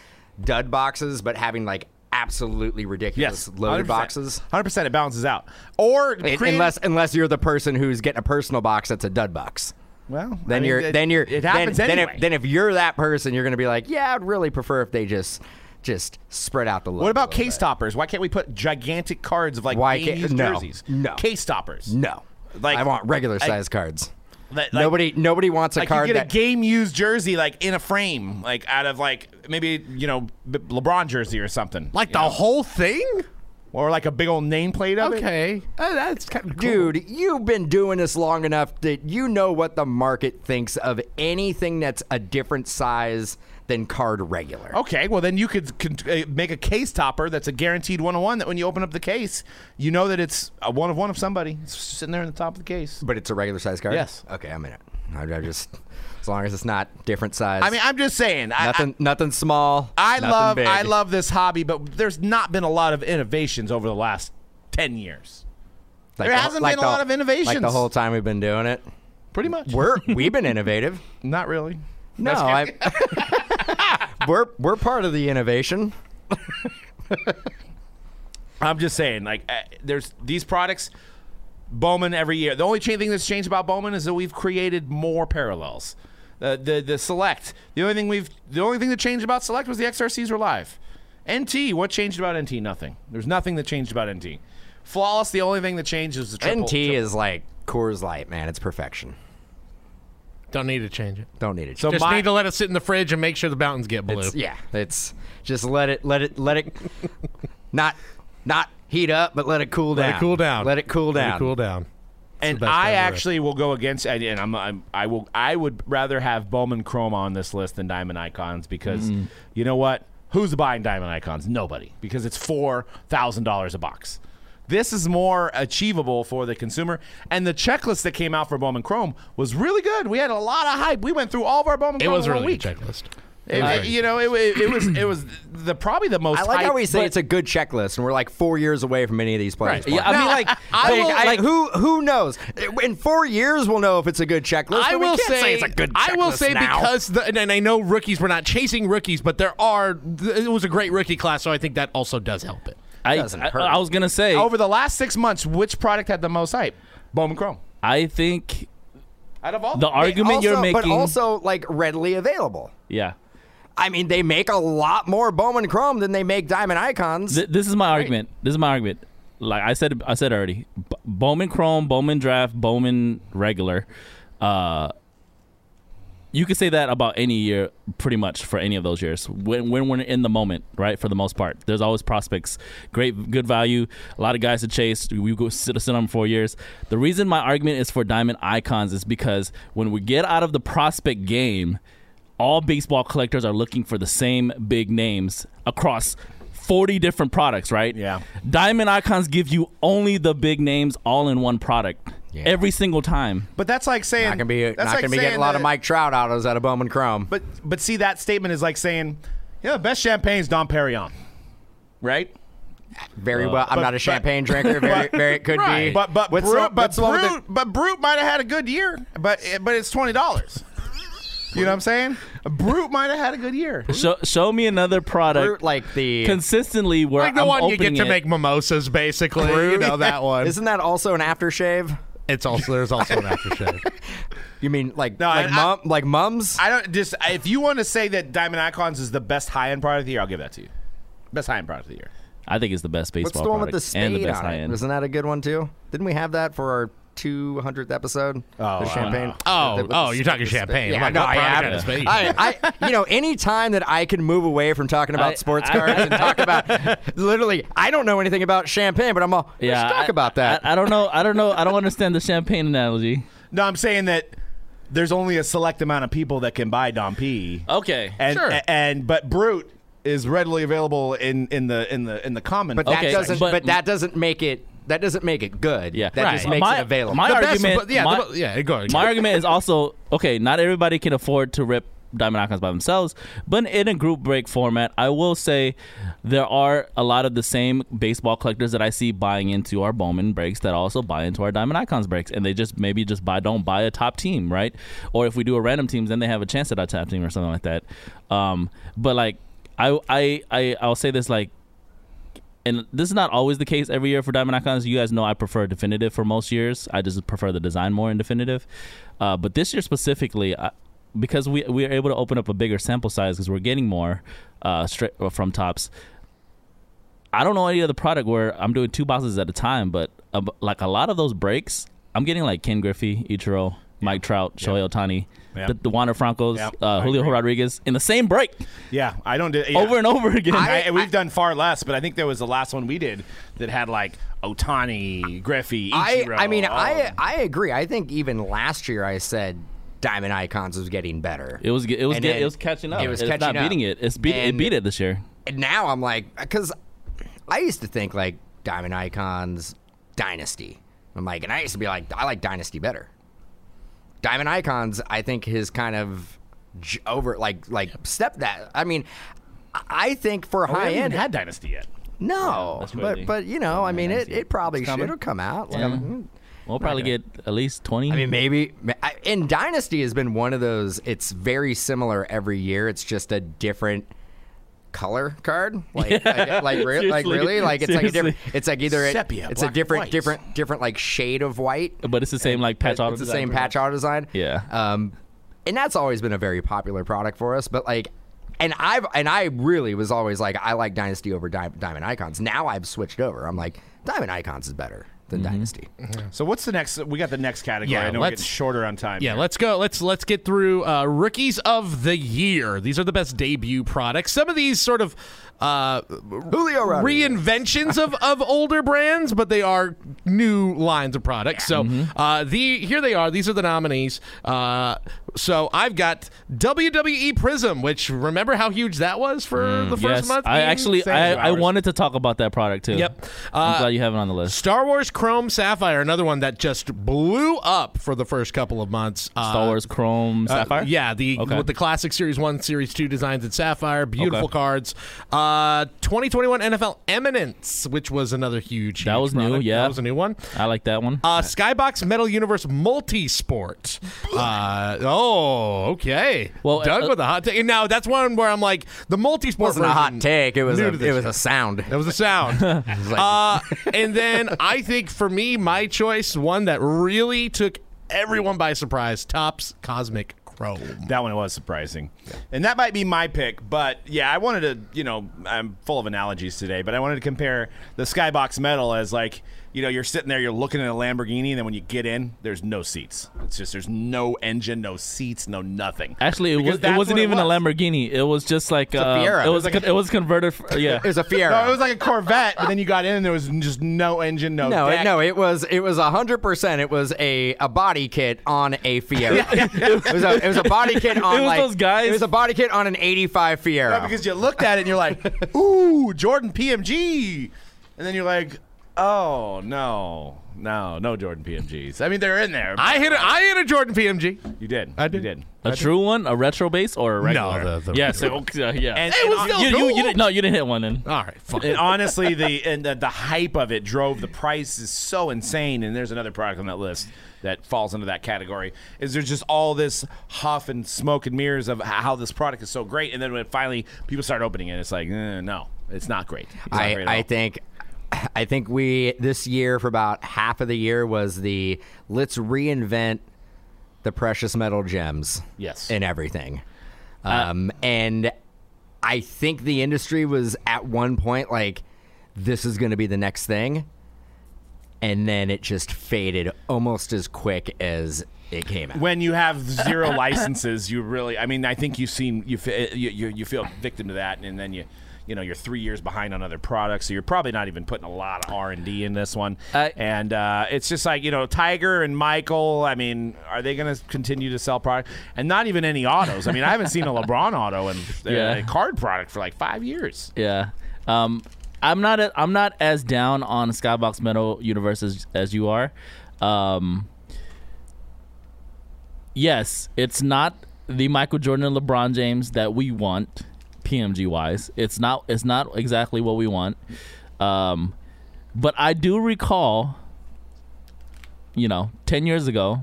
dud boxes but having like absolutely ridiculous
yes,
loaded boxes
Hundred percent, it balances out. Or
Un-
create-
unless unless you're the person who's getting a personal box that's a dud box
well, I
then
mean,
you're
it-
then you're
It
then-
happens
then,
anyway.
if, then if you're that person you're gonna be like yeah I'd really prefer if they just just spread out the load
what
a
about
little
case
bit.
toppers? Why can't we put gigantic cards of like
Why
game
can't-
used
no,
jerseys?
no.
case toppers.
No.
Like,
I want regular
I-
size cards.
Like- like-
nobody nobody wants a
like
card
you get
that
a game used jersey like in a frame like out of like maybe you know B- lebron jersey or something
Like the whole thing?
or like a big old nameplate of it
Okay, Uh, that's kind of
Dude, you've been doing this long enough that you know what the market thinks of anything that's a different size than card regular.
okay well then you could con- uh, make a case topper that's a guaranteed one-on-one that when you open up the case you know that it's a one of one of somebody it's just sitting there in the top of the case
But it's a regular size card.
Yes.
Okay, I'm in it. I I just as long as it's not different size.
i mean i'm just saying I-
nothing nothing small.
I, I
nothing
love
big.
i love this hobby but there's not been a lot of innovations over the last 10 years
like
there
the-
hasn't
like
been a
the-
lot of
Like the
innovations.
whole time we've been doing it.
pretty much
We're we've been innovative.
not really
No, I, we're we're part of the innovation.
I'm just saying, like, uh, there's these products. Bowman every year. The only cha- thing that's changed about Bowman is that we've created more parallels. The the the select. The only thing we've the only thing that changed about select was the XRCs were live. NT. What changed about NT? Nothing. There's nothing that changed about NT. Flawless. The only thing that changed is the triple.
NT
tri-
is like Coors Light, man. It's perfection.
Don't need to change it.
Don't need it.
So
Just
my-
need to let it sit in the fridge and make sure the mountains get blue.
It's- yeah, it's just let it, let it, let it, not, not heat up, but let it cool down.
Let it cool down.
Let it cool down.
Let it cool down.
and
the best
I
ever.
actually will go against. And and I'm, I'm I will I would rather have Bowman Chrome on this list than Diamond Icons because
Mm.
you know what? Who's buying Diamond Icons? Nobody because it's four thousand dollars a box. This is more achievable for the consumer, and the checklist that came out for Bowman Chrome was really good. We had a lot of hype. We went through all of our Bowman
It
Chrome
was
in
really
one week.
good checklist.
It- it- you know, it, it, it was it was the probably the most.
I like
hype,
how we say
but-
it's a good checklist, and we're like four years away from any of these players.
Yeah, I mean, like,
I,
like,
will,
I-
like who who knows? In four years, we'll know if it's a good checklist.
I
but we
will
can't
say,
it's a good.
I will
checklist
say
now.
because the, and, and I know rookies. We're not chasing rookies, but there are. th- It was a great rookie class, so I think that also does help it.
I,
Doesn't
I,
hurt. Oh.
I was gonna say,
over the last six months, which product had the most hype? Bowman Chrome.
I think
Out of all
the argument
also,
you're making,
but also like readily available.
yeah.
I mean, they make a lot more Bowman Chrome than they make Diamond Icons.
Th- this is my argument. This is my argument. Like I said, I said already. B- Bowman Chrome, Bowman Draft, Bowman Regular. Uh, you could say that about any year, pretty much for any of those years. When when we're in the moment, right? For the most part, there's always prospects, great, good value, a lot of guys to chase. We go sit sit on them for years. The reason my argument is for Diamond Icons is because when we get out of the prospect game, all baseball collectors are looking for the same big names across 40 different products, right?
Yeah.
Diamond Icons give you only the big names all in one product
Yeah.
every single time.
But that's like saying
Not gonna be
that's
not
like
gonna be getting
saying
a lot of
that-
Mike Trout autos out of Bowman Chrome.
But but see that statement is like saying, yeah, the best champagne's Dom Perignon, right?
very well, I'm
but-
not a
but-
champagne drinker. Very, very it could be.
But but
What's
Brute,
the-
but
what's the one with the-
Brute, but Brute might have had a good year, but but it's twenty dollars. You know what I'm saying? Brute might have had a good year.
Show, show me another product
Brute, like the.
consistently where
Like the
I'm
one you
opening
get to
it.
make mimosas, basically. You know that one.
Isn't that also an aftershave?
It's also there's also an aftershave.
You mean like
No,
like
I-
mum like mums?
I don't just if you want to say that Diamond Icons is the best high end product of the year, I'll give that to you. Best high end product of the year.
I think it's the best baseball
What's the one with
product
the spade
and the best
on
high
it?
end.
Isn't that a good one too? Didn't we have that for our 200th episode?
Oh,
the champagne.
Oh,
With the- with
oh,
the-
you're talking
with the spade.
champagne.
Yeah,
I'm like,
no,
what
I
product
am.
had a spade?
I, I, you know, any time that I can move away from talking about
I-
sports
I-
cards and talk about literally, I don't know anything about champagne, but I'm all
Yeah,
let's talk
I-
about that.
I, I don't know. I don't know. I don't understand the champagne analogy.
No, I'm saying that there's only a select amount of people that can buy Dom P.
Okay.
and,
sure.
a- and but Brute is readily available in in the in the in the common.
but
Okay,
that doesn't.
but-
But, that doesn't make it. That doesn't make it good.
Yeah.
that just
Right.
makes
My-
it available.
my-
the
argument-
best, but yeah,
my-
the, bo- yeah. Go ahead.
My argument is also okay. Not everybody can afford to rip Diamond Icons by themselves, but in a group break format, I will say there are a lot of the same baseball collectors that I see buying into our Bowman breaks that also buy into our Diamond Icons breaks, and they just maybe just buy don't buy a top team, right? Or if we do a random teams, then they have a chance at a top team or something like that. Um, but like I I I I'll say this like and this is not always the case every year for Diamond Icons. You guys know I prefer definitive for most years. I just prefer the design more in definitive. Uh, but this year specifically, I, because we we are able to open up a bigger sample size because we're getting more uh, straight well, from tops. I don't know any other product where I'm doing two boxes at a time, but uh, like a lot of those breaks, I'm getting like Ken Griffey, Ichiro, Mike Trout, Shohei Otani,
Yeah.
the, the Wander Francos,
Yeah,
uh,
I
Julio
agree.
Rodriguez in the same break
Oh, yeah, I don't do yeah.
over and over again.
I, we've done far less, but I think there was the last one we did that had like Otani, Griffey,
I,
Ichiro.
I mean,
all of
I
them.
I agree. I think even last year I said Diamond Icons was getting better.
It was ge- it was
And
get,
then
it was catching up.
it was
it's
catching
not
up.
beating it. It's beat it
And-
beat it this year.
And now I'm like, because I used to think like Diamond Icons Dynasty. I'm like, and I used to be like, I like Dynasty better. Diamond Icons, I think, has kind of j- over like like step that. I mean, I- I think for
Oh,
Oh, we
high
haven't even
end,
had Dynasty yet.
no,
that's what I
but
think.
but you know, I mean, it,
Dynasty.
it probably
It's
should
coming.
it'll come out. Like, mm,
We'll probably get at least twenty.
I mean, maybe. I- And Dynasty has been one of those. It's very similar every year. It's just a different color card. Like, like, like, re- like
Seriously.
really, like it's like a different. It's like either it,
Sepia,
it's
black
a
and
different,
white.
different, different like shade of white.
but it's the same like patch auto.
it's the
design
same
pretty
patch auto design.
Yeah.
Um, and that's always been a very popular product for us. But like, and I've and I really was always like I like Dynasty over Di- Diamond Icons. Now I've switched over. I'm like Diamond Icons is better than
Mm-hmm.
Dynasty.
So what's the next? We got the next category.
Yeah,
I know we're
let's-
getting shorter on time.
Yeah,
here.
let's go. Let's let's get through uh, rookies of the year. These are the best debut products. Some of these sort of uh,
Julio Rodriguez.
reinventions of, of older brands, but they are new lines of products. So
Mm-hmm.
uh, the here they are. These are the nominees. Uh, so I've got WWE Prism, which remember how huge that was for the first
Mm. yes,
month.
I
Ian?
actually
Same.
I, I
hours.
wanted to talk about that product too.
Yep.
I'm
Uh,
glad you have it on the list.
Star Wars Chrome Sapphire, another one that just blew up for the first couple of months. Uh,
Star Wars Chrome
Uh,
Sapphire.
yeah, the
Okay.
with the classic Series One, Series Two designs in Sapphire, beautiful
Okay.
cards. Uh, 2021 NFL Eminence, which was another huge.
That
huge
was new,
product.
yeah.
that was a new one.
I like that one.
Uh, Skybox Metal Universe Multisport. Uh, oh, okay.
Well,
Well, Doug
uh,
with a hot take. And now that's one where I'm like, the multisport
It wasn't a hot
version-
take. It was
new
a,
to this
it was a sound.
That was a sound.
It was like-
Uh, and then I think for me, my choice, one that really took everyone by surprise, Tops Cosmic Chrome.
That one was surprising, and that might be my pick. But yeah, I wanted to, you know, I'm full of analogies today, but I wanted to compare the Skybox Metal as like, you know, you're sitting there, you're looking at a Lamborghini, and then when you get in, there's no seats. It's just there's no engine, no seats, no nothing.
Actually, it,
Because
was, it
that's
wasn't
what
even
was.
a Lamborghini. It was just like uh,
Fiero.
It
It
was
was
con- it was converted. For, yeah,
it was a Fiero.
No, it was like a Corvette, but then you got in and there was just no engine, no
No,
deck.
it, no, it was it was hundred percent. It was a, a body kit on a Fiero. it, was a, it was a body kit on
was
like
those guys-
It was a body kit on an eighty-five Fiero.
Yeah, because you looked at it and you're like, ooh, Jordan PMG. And then you're like, oh, no. No, no Jordan PMGs. I mean, they're in there.
I hit a, I hit a Jordan PMG.
you did.
I did.
You did.
A true one, a retro base, or a regular?
the- the
yeah,
regular
so, uh, yeah.
And,
It
and
was
hon-
still
you, you, you
cool.
didn't, no, you didn't hit one in.
All right, fuck.
and honestly, the and the, the hype of it drove the price is so insane. And there's another product on that list that falls into that category. Is there's just all this huff and smoke and mirrors of how this product is so great, and then when finally people start opening it, it's like, eh, no, it's not great. It's not great at
I, I
all.
think I think we this year for about half of the year was the let's reinvent the precious metal gems.
Yes. Uh,
In everything. Um and I think the industry was at one point like this is going to be the next thing and then it just faded almost as quick as it came out.
when you have zero licenses, you really. I mean, I think you seem you fe- you you, you feel victim to that, and then you. You know, you're three years behind on other products, so you're probably not even putting a lot of R and D in this one.
I-
and uh, it's just like you know, Tiger and Michael. I mean, are they going to continue to sell product? And not even any autos. I mean, I haven't seen a LeBron auto and uh,
Yeah.
a card product for like five years.
Yeah. Um, I'm not. A, I'm not as down on Skybox Metal Universe as, as you are. Um, yes, it's not the Michael Jordan and LeBron James that we want, PMG wise. It's not. It's not exactly what we want. Um, but I do recall, you know, ten years ago,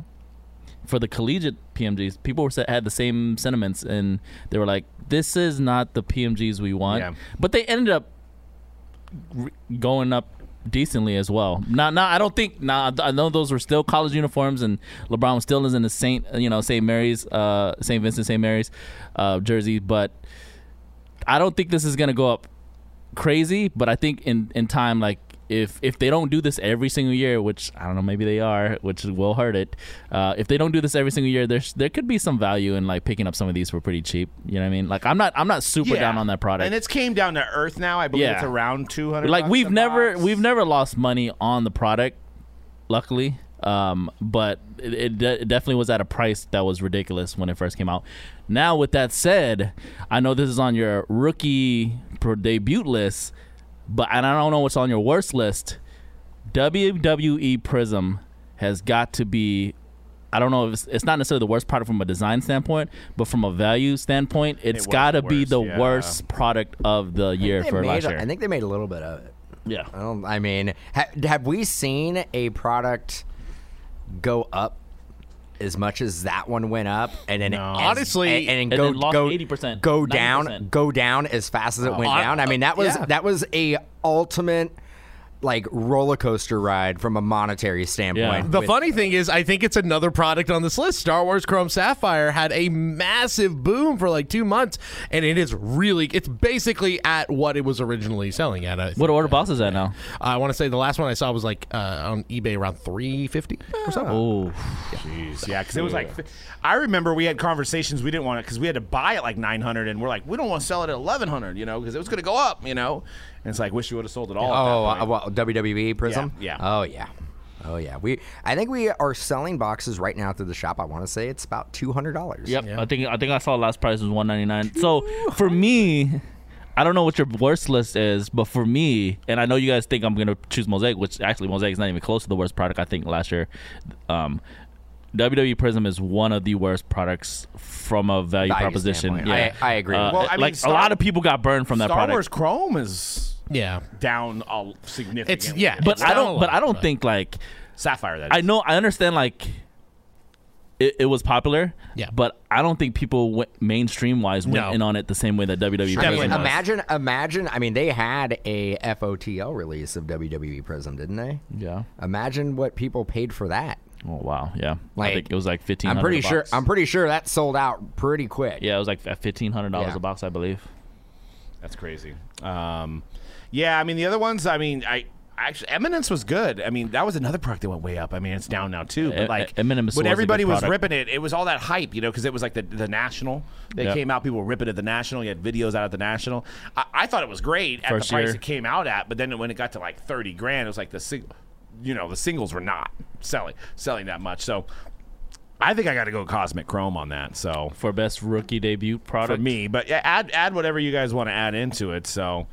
for the collegiate PMGs, people were sa- had the same sentiments, and they were like, "This is not the PMGs we want."
Yeah.
But they ended up re- going up decently as well. Now, now I don't think. Now I know those were still college uniforms, and LeBron was still is in the Saint, you know, Saint Mary's, uh, Saint Vincent, Saint Mary's uh, jersey. But I don't think this is gonna go up crazy, but I think in in time, like if if they don't do this every single year, which I don't know, maybe they are, which will hurt it. Uh, if they don't do this every single year, there's there could be some value in like picking up some of these for pretty cheap. You know what I mean? Like I'm not I'm not super down on that product.
And it's came down to earth now. I believe
Yeah.
it's around two hundred.
like we've never we've never lost money on the product, luckily. Um, but it, it, de- it definitely was at a price that was ridiculous when it first came out. Now, with that said, I know this is on your rookie pro debut list, but and I don't know what's on your worst list. WWE Prism has got to be. I don't know if it's, it's not necessarily the worst product from a design standpoint, but from a value standpoint, it's
was
got to be
worse,
the
yeah.
worst product of the year
They
for
made
last
a-
year.
I think uh, they made a little bit of it.
yeah.
I don't. Oh, I mean, ha- have we seen a product go up as much as that one went up, and then as-
Honestly,
and,
and
go
then lost
go
80%,
go down,
90%.
go down as fast as it went
I-
down? I mean, that was
yeah.
that was a ultimate like roller coaster ride from a monetary standpoint.
Yeah.
The
with-
funny thing is, I think it's another product on this list. Star Wars Chrome Sapphire had a massive boom for like two months, and it is really, it's basically at what it was originally selling at. I,
What order boss is that now?
I want to say the last one I saw was like uh, on eBay around 350 or something.
Oh,
Jeez, yeah, because it was like, I remember we had conversations we didn't want it because we had to buy it like nine hundred, and we're like, we don't want to sell it at eleven hundred, you know, because it was going to go up, you know. And it's like, wish you would have sold it all.
Oh,
at that
uh,
point.
well, WWE Prism.
Yeah, yeah.
Oh yeah. Oh yeah. We I think we are selling boxes right now through the shop. I want to say it's about two hundred dollars.
yep. I think I think I saw last price was one ninety nine. So for me, I don't know what your worst list is, but for me, and I know you guys think I'm gonna choose Mosaic, which actually Mosaic is not even close to the worst product I think last year. Um, WWE Prism is one of the worst products from a value,
Value
proposition.
standpoint. I- I agree.
Uh,
Well, I mean,
like
Star-
a lot of people got burned from that
Star
product.
Wars Chrome is
Yeah.
down all significantly.
It's, yeah.
Ah. but
it's
I
down
don't.
a
But
lot,
I don't think like
Sapphire. That
I
is.
know I understand like it, it was popular,
Yeah.
But I don't think people went, mainstream wise went
No.
in on it the same way that E WWE.
I
Definitely
mean,
Prism
not.
was.
imagine, imagine. I mean, they had a FOTL release of WWE Prism, didn't they?
Yeah.
Imagine what people paid for that.
Oh wow. Yeah. I
Like,
think it was like fifteen.
I'm pretty sure. I'm pretty sure that sold out pretty quick.
yeah, it was like fifteen hundred dollars
Yeah.
a box, I believe.
That's crazy. Um, yeah, I mean the other ones. I mean, I actually Eminence was good. I mean, that was another product that went way up. I mean, it's down now too.
E-
But like
E- Eminence was
when
a good
everybody was
product.
ripping it, it was all that hype, you know, because it was like the the national. They
Yep.
came out, people were ripping at the national. You had videos out at the national. I, I thought it was great at
First
the price
year.
it came out at, but then when it got to like thirty grand, it was like the sing- you know, the singles were not selling selling that much. So. I think I got to go Cosmic Chrome on that. So
For best rookie debut product.
for me. But yeah, add add whatever you guys want to add into it. So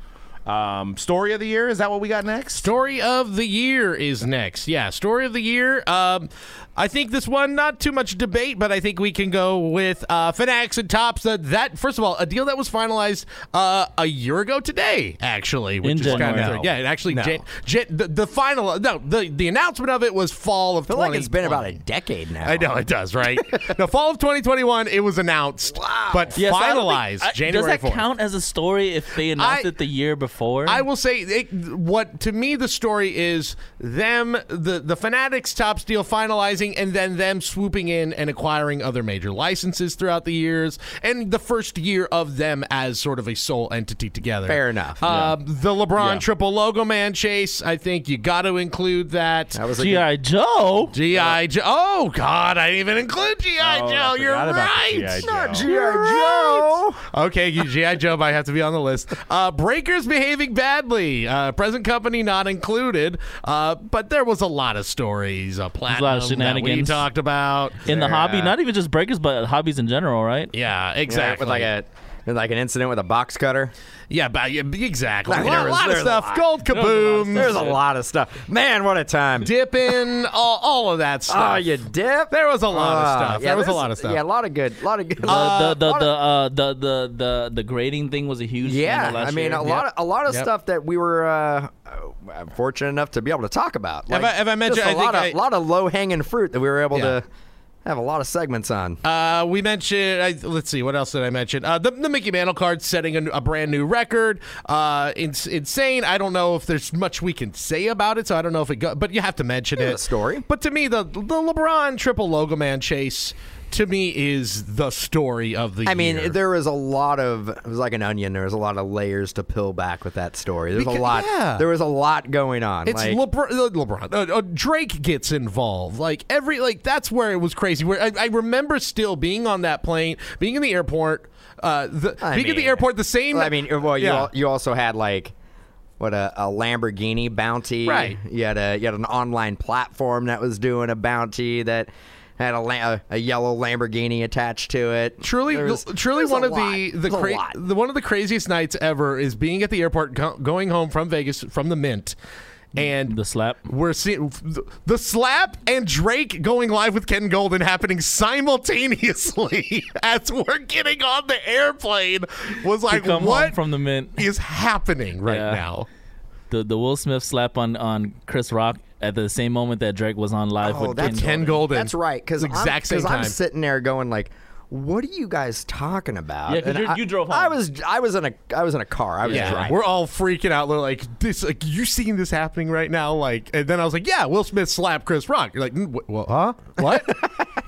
Um, story of the year is that what we got next?
Story of the year is next. Yeah, story of the year. Um, I think this one not too much debate, but I think we can go with uh, Fanatics and Tops. That that first of all, a deal that was finalized uh, a year ago today, actually, which
In
is kind
January.
of yeah. It actually,
No.
Jan- Jan- the, the final no the the announcement of it was fall of.
I feel like it's been
2020.
about a decade now.
I know it does, right? no, fall of 2021, it was announced, but
Yeah, so I don't think-
finalized
I-
January
Does that
4th.
count as a story if they announced
I-
it the year before?
I will say it, what to me the story is them the the Fanatics top deal finalizing and then them swooping in and acquiring other major licenses throughout the years and the first year of them as sort of a sole entity together.
Fair enough.
Uh, The LeBron
Yeah.
triple logo man chase. I think you got to include that.
That was a good-
GI Joe.
GI Joe. Oh God, I didn't even include GI
Oh, I
Joe. You're
forgot about the
right.
G.I. Not Joe.
G.I. Joe.
Okay, you GI Joe might have to be on the list. Uh, breakers behaving badly. Uh, present company not included. Uh, but there was a lot of stories. A platinum that we
shenanigans.
talked about.
in the
Fair
hobby,
enough.
not even just breakers, but hobbies in general, right?
yeah,
Yeah,
exactly.
With like a with like an incident with a box cutter.
yeah, but, yeah, exactly.
I mean,
a lot,
there was-
lot of
there's a
stuff.
lot.
was
Gold
a lot of
kaboom.
There's a lot of stuff. Man, what a time.
dipping. All, all of that stuff.
Oh, you dip.
There was a lot of
Ah,
stuff.
yeah,
there was a
there's-
lot of stuff.
Yeah, a lot of good. A lot of good.
The the the the, uh, the the the the grading thing was a huge
Yeah,
scandal last
I mean
year.
a lot of a lot of
Yep.
stuff that we were uh, uh, fortunate enough to be able to talk about.
Have I- have I
just
mentioned-
a
I think
lot of
I-
lot of low hanging fruit that we were able
Yeah.
to have a lot of segments on.
Uh, we mentioned. I, let's see, what else did I mention? Uh, the, the Mickey Mantle card setting a, n- a brand new record. Uh, it's insane. I don't know if there's much we can say about it, so I don't know if it. Go, but you have to mention
Yeah,
it.
the story.
But to me, the the LeBron triple logo man chase to me is the story of the.
I mean,
year.
there was a lot of it was like an onion. There was a lot of layers to peel back with that story. There's
Because-
a lot.
yeah.
There was a lot going on.
It's
like,
LeBron. uh, LeBron. Uh, uh, Drake gets involved. Like every like that's where it was crazy. Where I, I remember still being on that plane, being in the airport. Uh, the,
I
being at the
mean-
airport the same.
I mean, uh, well, you
Yeah.
al- you also had like what a, a Lamborghini bounty.
Right.
You had a you had an online platform that was doing a bounty that had a la- a, a yellow Lamborghini attached to it.
Truly,
There was-
truly
there's a
one of
lot.
the Oh, the,
There's a
cra-
lot.
the one of the craziest nights ever is being at the airport go- going home from Vegas from the Mint, and
the slap.
we're seeing the, the slap and Drake going live with Ken Golden happening simultaneously as we're getting on the airplane. Was
To
like
come home
what is
from the mint.
happening right
Yeah.
now?
The the Will Smith slap on on Chris Rock at the same moment that Drake was on live
Oh,
with
that's
Ken.
Ken Golden.
That's right. Because
exact
I'm,
same
'cause I'm
time.
sitting there going like. What are you guys talking about?
Yeah, 'cause
And
you're-
I-
you drove
I
home.
was I was in a I was in a car. I was
Yeah,
driving.
we're all freaking out. We're like, "This, like, you seeing this happening right now?" Like, and then I was like, "Yeah, Will Smith slapped Chris Rock." You're like, "Mm, wh- "Well, huh? What?"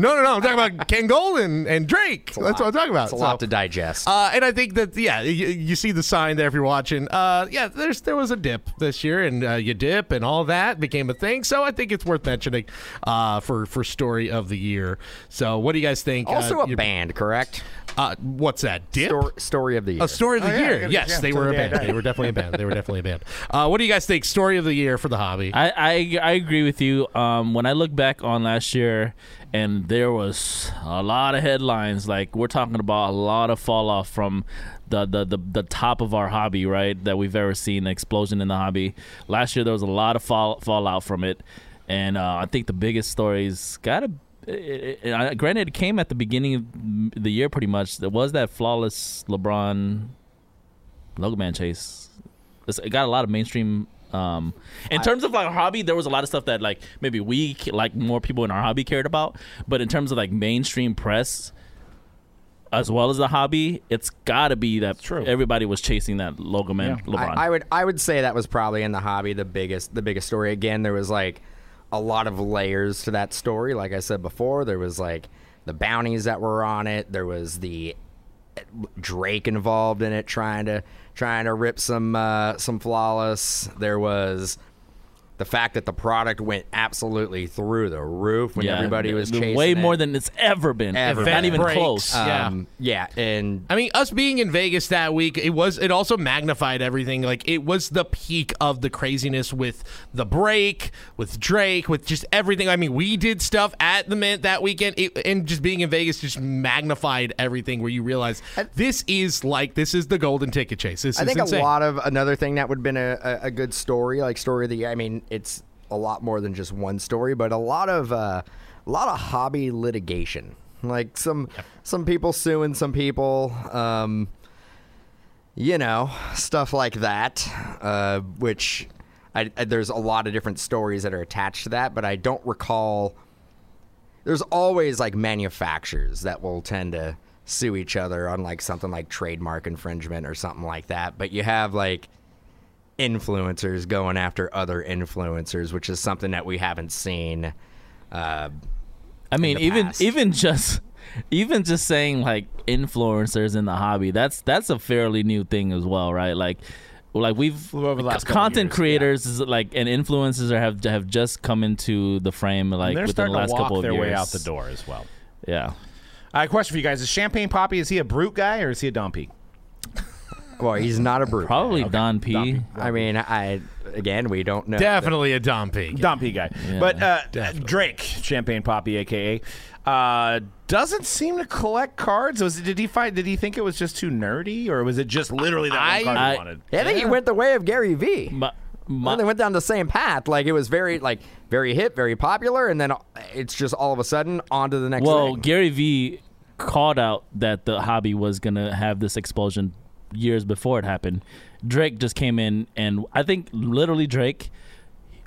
no, no, no. I'm talking about Ken Golden and Drake. That's what I'm talking about.
It's a
So,
lot to digest.
Uh, and I think that yeah, you, you see the sign there if you're watching. Uh, yeah, there's there was a dip this year, and uh, you dip and all that became a thing. So I think it's worth mentioning uh, for for story of the year. So what do you guys think?
also
uh,
a
your-
band, correct?
Uh, what's that dip?
Stor- story of the year.
A story of the
Oh, yeah, I
year.
gotta-
yes,
yeah,
they
till
were a
the day I
band.
die.
They were definitely a band. They were definitely a band. Uh, what do you guys think? Story of the year for the hobby.
I, I I agree with you. Um, when I look back on last year, and there was a lot of headlines. Like we're talking about a lot of fall off from the the, the the top of our hobby, right? That we've ever seen an explosion in the hobby. Last year there was a lot of fall fallout from it, and uh, I think the biggest stories gotta. It, it, I- granted, it came at the beginning of the year, pretty much. There was that flawless LeBron logo man chase it's- it got a lot of mainstream um in terms of like hobby there was a lot of stuff that like maybe we ca- like more people in our hobby cared about but in terms of like mainstream press as well as the hobby it's gotta be that
true.
everybody was chasing that logo man lebron
I, I would I would say that was probably in the hobby the biggest the biggest story. Again, there was like a lot of layers to that story. Like I said before, there was like the bounties that were on it. There was the Drake involved in it, trying to trying to rip some uh, some flawless. There was the fact that the product went absolutely through the roof when everybody was
the- the
chasing
way
it.
more than it's ever been.
Ever
Not
been.
even
Breaks.
close.
Uh, Yeah.
um, yeah. and
I mean, us being in Vegas that week, it was it also magnified everything. Like it was the peak of the craziness with the break, with Drake, with just everything. I mean, we did stuff at the mint that weekend, it, and just being in Vegas just magnified everything. Where you realize this is like this is the golden ticket chase. This
I
is
think
insane.
a lot of another thing that would have been a, a, a good story, like story of the year. I mean, it's a lot more than just one story, but a lot of uh, a lot of hobby litigation, like some some people suing some people, um, you know, stuff like that. Uh, which I, I- there's a lot of different stories that are attached to that, but I don't recall. There's always like manufacturers that will tend to sue each other on like something like trademark infringement or something like that. But you have like influencers going after other influencers, which is something that we haven't seen. Uh,
I mean,
the
even
past.
even just even just saying like influencers in the hobby, that's that's a fairly new thing as well, right? Like like we've
Over the last couple
content
years,
creators is like and influencers are, have have just come into the frame like
they're
within the
starting
last
to walk
couple of
their
years.
way out the door as well.
Yeah.
Uh, question for you guys: Is Champagne Poppy is he a brute guy or is he a dumpy?
well, he's not a brute.
Probably Don P.
Don P.
I mean, I again, we don't know.
Definitely a dumb peak.
Dumpy guy. But uh, Drake, Champagne Poppy, aka, uh, doesn't seem to collect cards. Was did he find? Did he think it was just too nerdy, or was it just literally that
I-
one card
I-
he wanted?
I think he went the way of Gary Vee.
My,
Well, they
my,
went down the same path. Like it was very, like very hip, very popular, and then it's just all of a sudden on to the next.
well,
thing.
Gary V called out that the hobby was gonna have this explosion years before it happened. Drake just came in and I think literally Drake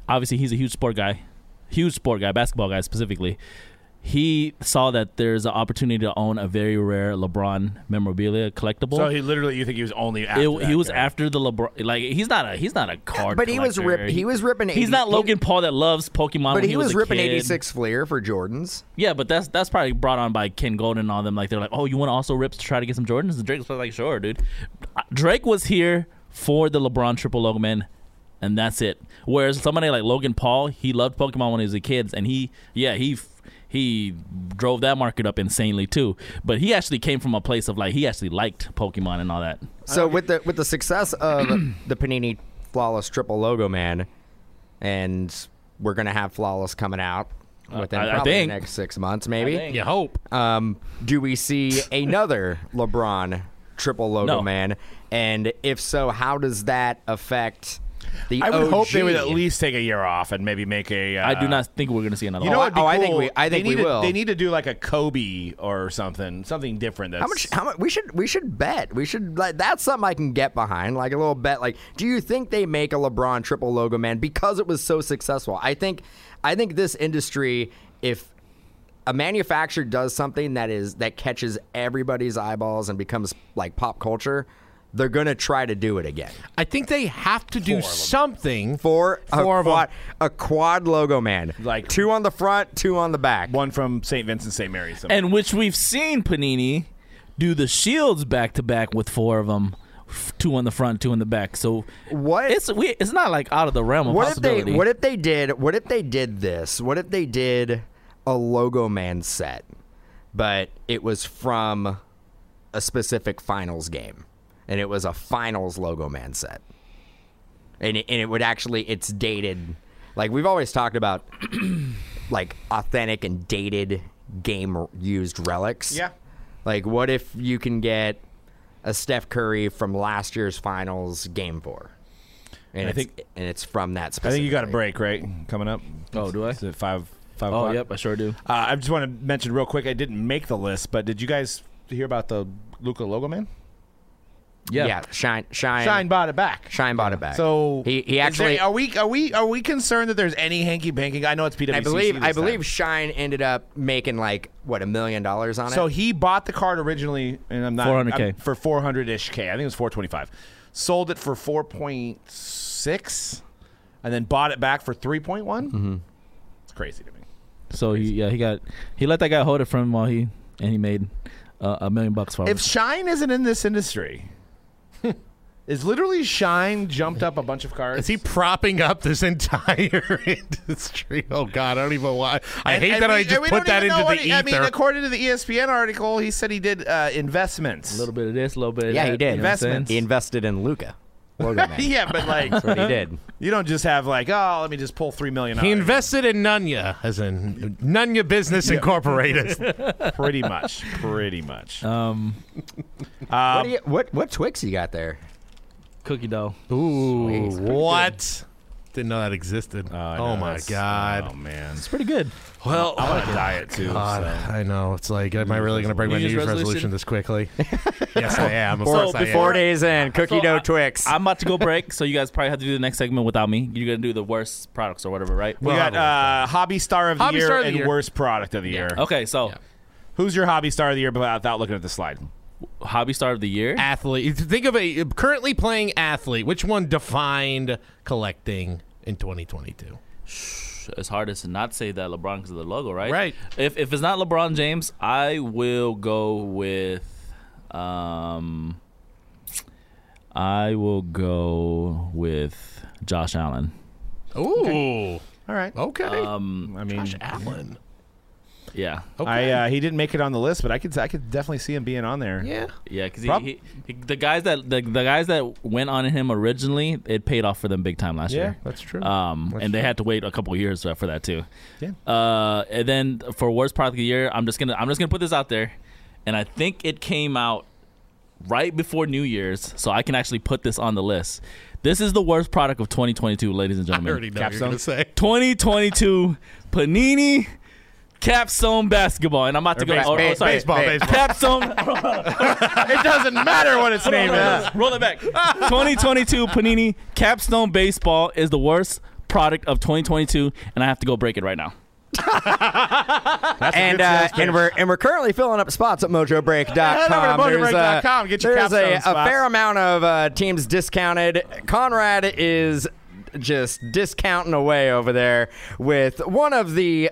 obviously he's a huge sport guy, huge sport guy, basketball guy specifically. He saw that there's an opportunity to own a very rare LeBron memorabilia collectible.
So he literally, you think he was only after
It-
that
he was
guy.
after the LeBron. Like he's not a he's not a card.
but he was
collector.
rip- he was ripping
He's
80
not
he-
Logan Paul that loves Pokemon.
but
when
he, was,
a
ripping
kid.
'86 Flair for Jordans.
Yeah, but that's that's probably brought on by Ken Golden and all them. Like they're like, oh, you want to also rip to try to get some Jordans? And Drake was like, sure, dude. Uh, Drake was here for the LeBron triple Logan, and that's it. Whereas somebody like Logan Paul, he loved Pokemon when he was a kid, and he yeah he. f- He drove that market up insanely too, but he actually came from a place of like he actually liked Pokemon and all that.
So with the with the success of the Panini Flawless Triple Logo Man, and we're gonna have Flawless coming out within
Uh, I- I
probably
think.
the next six months, maybe.
think.
You hope.
Um, do we see another LeBron Triple Logo
No.
Man? And if so, how does that affect the
I would
OG?
hope they would at least take a year off and maybe make a. Uh,
I do not think we're gonna see another.
You know
Oh,
what?
I- oh, I think we- I think
they
we
need to-
will.
They need to do like a Kobe or something, something different. That's
How much? How much? We should we should bet. We should like that's something I can get behind. Like a little bet. Like, do you think they make a LeBron triple logo man because it was so successful? I think, I think this industry, if a manufacturer does something that is that catches everybody's eyeballs and becomes like pop culture, they're gonna try to do it again
I think they have to do something.
for a
Four of 'em.
quad a quad logo man.
Like-
two on the front, two on the back.
One from St. Vincent, St. Mary's. somewhere.
and which we've seen Panini do the shields back to back with four of them, two on the front, two in the back. So
What-
It's we, it's not like out of the realm of
What if they
possibility.
what if they did what if they did this? What if they did a logo man set, but it was from a specific finals game. And it was a finals logo man set. And it, and it would actually it's dated like we've always talked about like authentic and dated game used relics.
Yeah.
Like what if you can get a Steph Curry from last year's finals game 4? And
I
it's,
think-
and it's from that.
I think you got a
specifically.
break right coming up.
Oh, do I?
Is it five? Five.
oh,
o'clock?
yep, I sure do.
Uh, I just want to mention real quick. I didn't make the list, but did you guys hear about the Luca logo man?
Yeah.
Shine, shine,
Shine bought it back.
Shine bought it back.
So
he,
is
he actually,
there- are we are we are we concerned that there's any hanky panky? I know it's PWCC.
I believe,
this
I
time.
believe Shine ended up making like what a million dollars on it.
So he bought the card originally, and I'm not
400K.
I'm- for 400 ish k. I think it was 425. Sold it for 4.6, and then bought it back for 3one
Mm-hmm.
It's crazy to me.
So he yeah he got he let that guy hold it from him while he and he made uh, a million bucks for him.
If Shine isn't in this industry, Is literally Shine jumped up a bunch of cards?
Is he propping up this entire industry? Oh God, I don't even why. I
And-
hate
and
that
we-
I
and
just
we
put
don't even
that
know
into the
what he-
ether.
I mean, according to the E ESPN article, he said he did uh, investments.
A little bit of this, a little bit. Of
Yeah,
that,
he did.
you know what I'm saying?
Investments.
He invested in Luca. Logo Man.
yeah, but like
That's what he did.
you don't just have like oh let me just pull three million.
he
out of it.
invested in Nunya, as in Nunya Business Incorporated.
pretty much, pretty much.
Um,
Um,
what, do you, what what Twix you got there?
cookie dough.
Ooh,
Sweet.
what? Didn't know that existed.
I
oh
know,
my
uh, that's-
God.
Oh man.
It's pretty good.
well,
I'm on a diet too.
Oh God,
so.
I know. It's like, am I really going to break my New
Year's
Year's resolution?
resolution?
this quickly? yes, I am. Of
So
course, I am.
before-
Four days in, cookie
So
dough
I-
Twix.
I'm about to go break, so you guys probably have to do the next segment without me. You're gonna do the worst products or whatever, right?
We got uh, hobby star of the
Hobby
year
star of the
and
year. Oh.
worst product of the year.
Okay, so
Who's your hobby star of the year without looking at the slide?
hobby star of the year.
athlete. Think of a currently playing athlete. Which one defined collecting in 2022?
It's hard as to not say that LeBron because of the logo, right?
Right.
If if it's not LeBron James, I will go with, um, I will go with Josh Allen.
Ooh.
All right.
Okay.
Um,
Mm.
I mean,
Allen.
yeah,
Okay.
I uh, he didn't make it on the list, but I could I could definitely see him being on there.
yeah.
yeah, because
Prob-
he, he, the guys that the, the guys that went on him originally, it paid off for them big time last year.
that's true.
Um, and they had to wait a couple years uh, for that too.
Yeah.
Uh, and then for worst product of the year, I'm just gonna I'm just gonna put this out there, and I think it came out right before New Year's, so I can actually put this on the list. This is the worst product of 2022, ladies and
I
gentlemen.
already know what you're
Capstone.
going to say.
2022 Panini Capstone basketball, and I'm about to go.
baseball.
oh, oh, sorry,
Baseball,
Hey.
baseball.
Capstone.
It doesn't matter what its name is.
Roll it back. 2022 Panini Capstone Baseball is the worst product of 2022, and I have to go break it right now.
and uh, and we're and we're currently filling up spots at
Head over
MojoBreak.com.
to mojobreak.com, get your
uh, there's a,
capstone
a fair
spots.
amount of uh, teams discounted. Conrad is just discounting away over there with one of the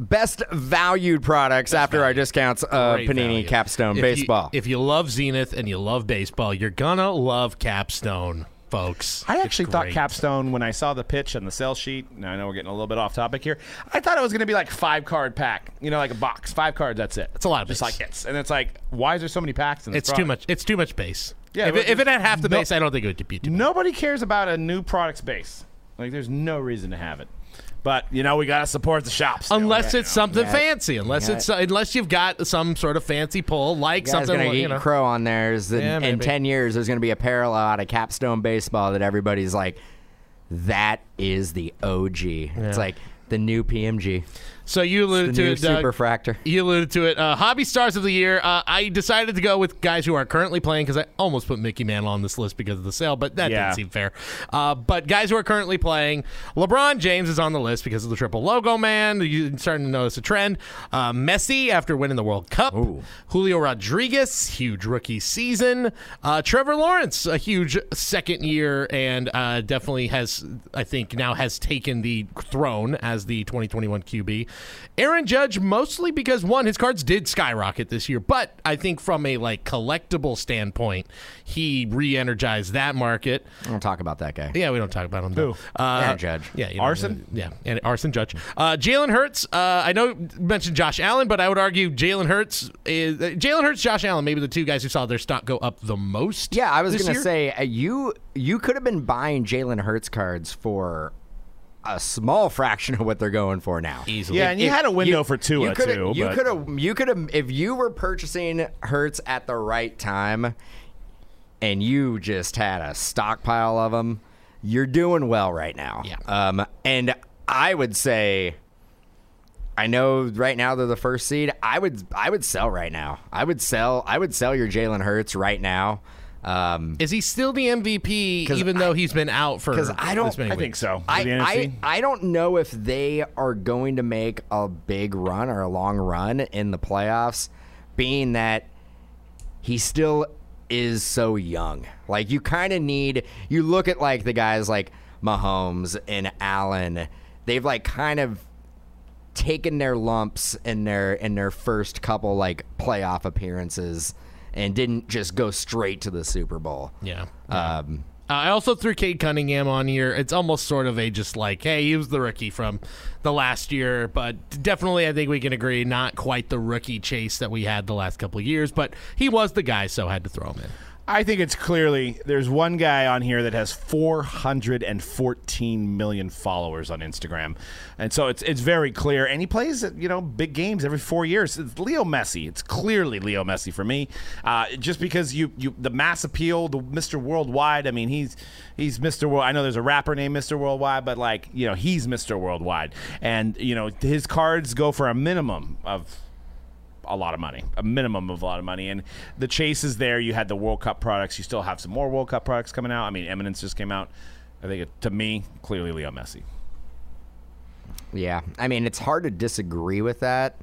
best valued products after our discounts of
Great
Uh, Panini
value.
Capstone
If you-
Baseball.
if you love Zenith and you love baseball, you're going to love Capstone, folks.
I
It's
actually thought
great.
Capstone when I saw the pitch and the sell sheet. Now I know we're getting a little bit off topic here. I thought it was going to be like five card pack, you know, like a box, five cards. That's it. It's
a lot of
just
base.
like hits, and it's like, why is there so many packs? In this
It's too
product?
much. It's too much base.
Yeah,
If,
but
it, if it had half the
no-
base, I don't think it would be too much.
Nobody cares about a new product's base. Like, there's no reason to have it. But you know, we got to support the shops. still,
Unless
right?
it's something
Yeah.
fancy, unless
Yeah.
it's uh, unless you've got some sort of fancy pull, like
Guy's
something
gonna
like,
eat
you know.
crow on theirs. In,
Yeah,
in
maybe.
ten years, there's gonna be a parallel out of capstone baseball that everybody's like, "That is the OG." It's like the new PMG,
So you
the
alluded to uh,
new
it, Doug.
superfractor.
You alluded to it. Uh, hobby stars of the year. Uh, I decided to go with guys who are currently playing because I almost put Mickey Mantle on this list because of the sale, but that
Yeah.
didn't seem fair. Uh, but guys who are currently playing, LeBron James is on the list because of the triple logo man. You're starting to notice a trend. Uh, Messi after winning the World Cup. Julio Rodriguez, huge rookie season. Uh, Trevor Lawrence, a huge second year, and uh, definitely has, I think, now has taken the throne as the 2021 QB. Aaron Judge, mostly because one, his cards did skyrocket this year, but I think from a like collectible standpoint, he re-energized that market.
I don't talk about that guy.
Yeah, we don't talk about him. Though.
Who?
Uh,
Aaron Judge.
Yeah, you know, uh,
Arson?
yeah, and arson judge. Uh, Jalen Hurts. Uh, I know you mentioned Josh Allen, but I would argue Jalen Hurts is uh, Jalen Hurts, Josh Allen, maybe the two guys who saw their stock go up the most.
Yeah, I was
this
gonna
year.
say uh, you you could have been buying Jalen Hurts cards for a small fraction of what they're going for now.
easily.
yeah, and you had a window for Tua
you coulda-
too.
You
but-
could have. You could have. If you were purchasing Hertz at the right time, and you just had a stockpile of them, you're doing well right now.
Yeah.
Um. And I would say, I know right now they're the first seed. I would. I would sell right now. I would sell. I would sell your Jalen Hurts right now. Um.
Is he still the MVP
'Cause
even though he's been out for?
Because I don't.
This many
I think
weeks?
so. For the
I,
NFC.
I, I don't know if they are going to make a big run or a long run in the playoffs, being that he still is so young. Like you kind of need you look at like the guys like Mahomes and Allen. They've like kind of taken their lumps in their in their first couple like playoff appearances and didn't just go straight to the Super Bowl.
Yeah.
Um,
Uh, I also threw Cade Cunningham on here. It's almost sort of a just like, hey, he was the rookie from the last year, but definitely I think we can agree not quite the rookie chase that we had the last couple of years, but he was the guy, so had to throw him in.
I think it's clearly there's one guy on here that has 414 million followers on Instagram, and so it's it's very clear. And he plays you know big games every four years. It's Leo Messi. It's clearly Leo Messi for me, uh, just because you you the mass appeal, the Mr. Worldwide. I mean he's he's Mr. World. I know there's a rapper named Mr. Worldwide, but like you know he's Mr. Worldwide, and you know his cards go for a minimum of a lot of money, a minimum of a lot of money. And the chase is there. You had the World Cup products. You still have some more World Cup products coming out. I mean, Eminence just came out. I think it, to me, clearly Leo Messi.
yeah, I mean it's hard to disagree with that.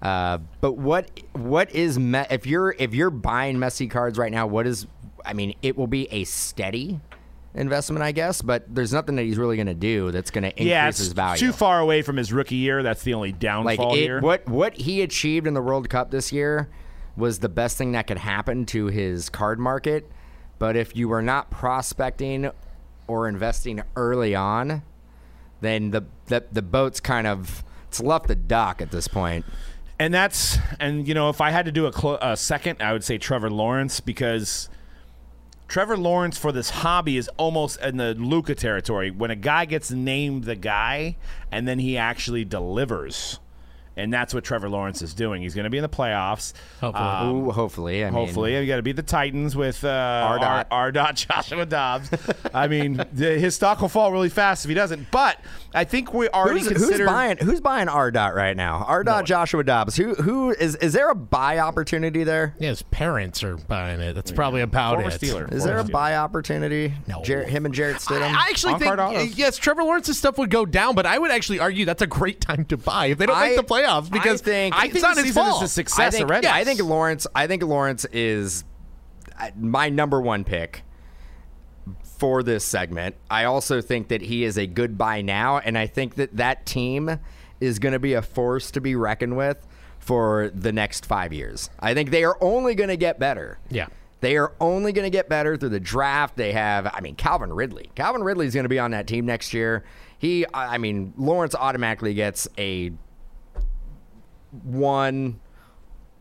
Uh, but what what is me- if you're if you're buying Messi cards right now? What is I mean it will be a steady investment, I guess. But there's nothing that he's really going to do that's going to increase
yeah,
his
it's
value.
too far away from his rookie year. That's the only
Like
downfall here.
it, what what he achieved in the World Cup this year was the best thing that could happen to his card market. But if you were not prospecting or investing early on, then the the, the boat's kind of it's left the dock at this point.
And that's and you know if I had to do a, clo a second, I would say Trevor Lawrence because Trevor Lawrence for this hobby is almost in the Luca territory. When a guy gets named the guy, and then he actually delivers, and that's what Trevor Lawrence is doing. He's going to be in the playoffs. Uh,
Hopefully.
Ooh, hopefully, I mean,
Um, Hopefully, you got to beat the Titans with uh, R.
dot.
R. Dot Joshua Dobbs. I mean, the, his stock will fall really fast if he doesn't. But I think we already
Who's, who's
consider
buying who's buying R dot right now? R dot Joshua Dobbs. Who who is is there a buy opportunity there?
Yeah, his parents are buying it. That's probably about
former
it.
Steeler.
Is there
former
a
Steeler.
buy opportunity?
No.
Jarrett, him and Jarrett Stidham.
I I actually
On
think
card autos.
yes, Trevor Lawrence's stuff would go down, but I would actually argue that's a great time to buy if they don't
I-
make the playoffs because
I think- I
it's
think
not
this
his
season is
fault.
a success
I think,
already.
yeah, I think Lawrence. I think Lawrence is uh, my number one pick for this segment. I also think that he is a good buy now, and I think that that team is going to be a force to be reckoned with for the next five years. I think they are only going to get better.
Yeah.
They are only going to get better through the draft. They have, I mean, Calvin Ridley. Calvin Ridley is going to be on that team next year. He, I I mean, Lawrence automatically gets a one,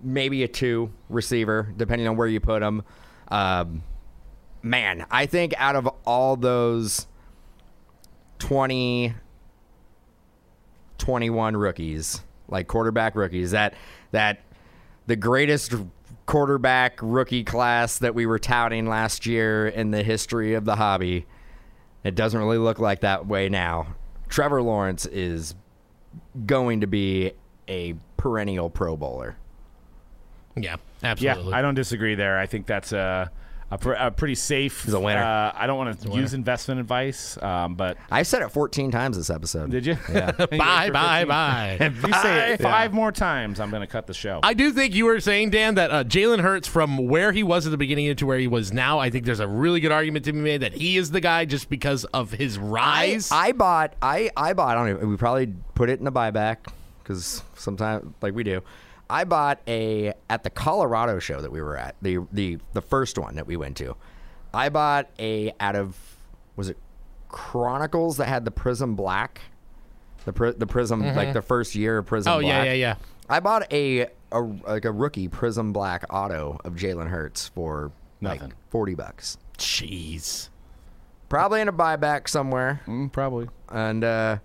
maybe a two receiver, depending on where you put him. Um, man, I think out of all those 20, 21 rookies, like quarterback rookies, that that the greatest quarterback rookie class that we were touting last year in the history of the hobby. It doesn't really look like that way now. Trevor Lawrence is going to be a perennial Pro Bowler.
Yeah,
Yeah,
absolutely.
I don't disagree there. I think that's a a, pr- a pretty safe.
a winner.
Uh, I don't want to use investment advice, um, but
I've said it 14 times this episode.
did you? Yeah.
Bye, bye, bye.
If you say it five more times, I'm going to cut the show.
I do think you were saying, Dan, that uh, Jalen Hurts, from where he was at the beginning to where he was now, I think there's a really good argument to be made that he is the guy just because of his
I,
rise.
I bought. I I bought. I don't. Even, we probably put it in a buyback because sometimes, like we do, I bought a at the Colorado show that we were at the the the first one that we went to. I bought a out of was it Chronicles that had the Prism Black, the pri- the Prism like the first year of Prism.
Mm-hmm. oh yeah,
Black.
yeah, yeah.
I bought a, a like a rookie Prism Black auto of Jalen Hurts for
Nothing.
like forty bucks.
Jeez.
Probably in a buyback somewhere
Mm, probably.
and uh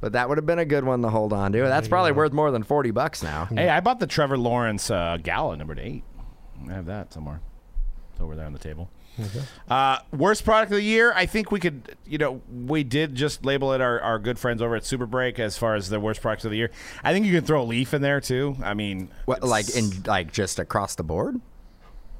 but that would have been a good one to hold on to. That's probably worth more than forty bucks now.
Hey, I bought the Trevor Lawrence uh, Gala number eight. I have that somewhere. It's over there on the table. Uh, worst product of the year. I think we could, you know, we did just label it our, our good friends over at Super Break as far as the worst products of the year. I think you can throw a leaf in there too. I mean,
What,
it's-
like in like just across the board?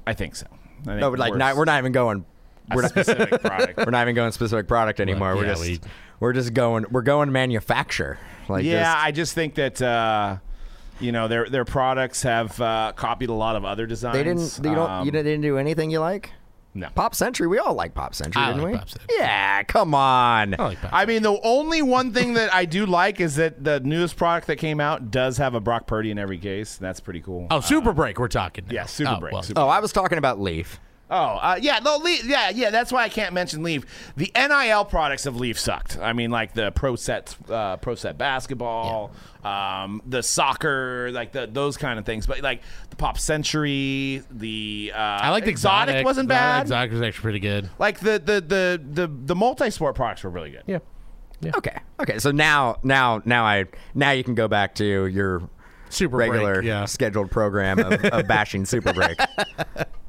I think so. I think
No, but like
worst-
not, we're not even going. We're not,
specific product.
we're not even going specific product anymore. we're
yeah,
just
we-
we're just going we're going manufacture. Like
yeah,
just-
I just think that uh, you know their their products have uh, copied a lot of other designs.
they didn't. You don't.
Um,
you didn't do anything you like.
No.
Pop Century. We all like Pop Century,
I
didn't
like
we?
Pop Century.
Yeah, come on.
I like that.
I mean, the only one thing that I do like is that the newest product that came out does have a Brock Purdy in every case. And that's pretty cool.
oh, Super Break. We're talking. now.
yeah, Super
Oh,
Break.
well.
Super
Oh, I was talking about Leaf.
Oh, uh, yeah, no, Leaf, yeah, yeah. That's why I can't mention Leaf. The NIL products of Leaf sucked. I mean, like the pro set, uh, pro set basketball, um, the soccer, like the, those kind of things. But like the Pop Century, the uh,
I like the
exotic, wasn't bad.
Exotic was actually pretty good.
Like the the the the, the multi sport products were really good.
Yeah.
Okay. Okay. So now, now, now I, now you can go back to your
Super
regular
Break. Yeah.
scheduled program of, of bashing Super Break.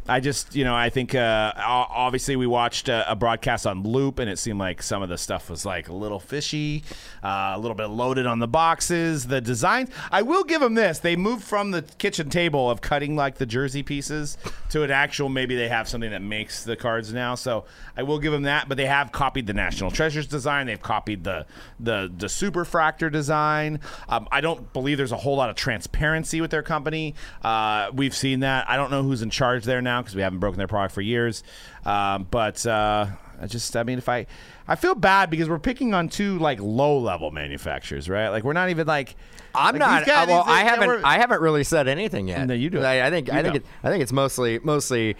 I just, you know, I think uh, o- obviously we watched a, a broadcast on loop, and it seemed like some of the stuff was like a little fishy, uh, a little bit loaded on the boxes, the designs. I will give them this: they moved from the kitchen table of cutting like the jersey pieces to an actual. Maybe they have something that makes the cards now, so I will give them that. But they have copied the National Treasures design. They've copied the the the Super Fractor design. Um, I don't believe there's a whole lot of transparency with their company. Uh, we've seen that. I don't know who's in charge there now because we haven't broken their product for years. Um, but uh, I just, I mean, if I, I feel bad because we're picking on two like low level manufacturers, right? Like we're not even like.
I'm
like,
not.
these guys-
uh, well,
these-
I
yeah,
haven't.
we're-
I haven't really said anything yet.
No, you do it.
I, I think. I
You
think.
know.
It, I think it's mostly. Mostly.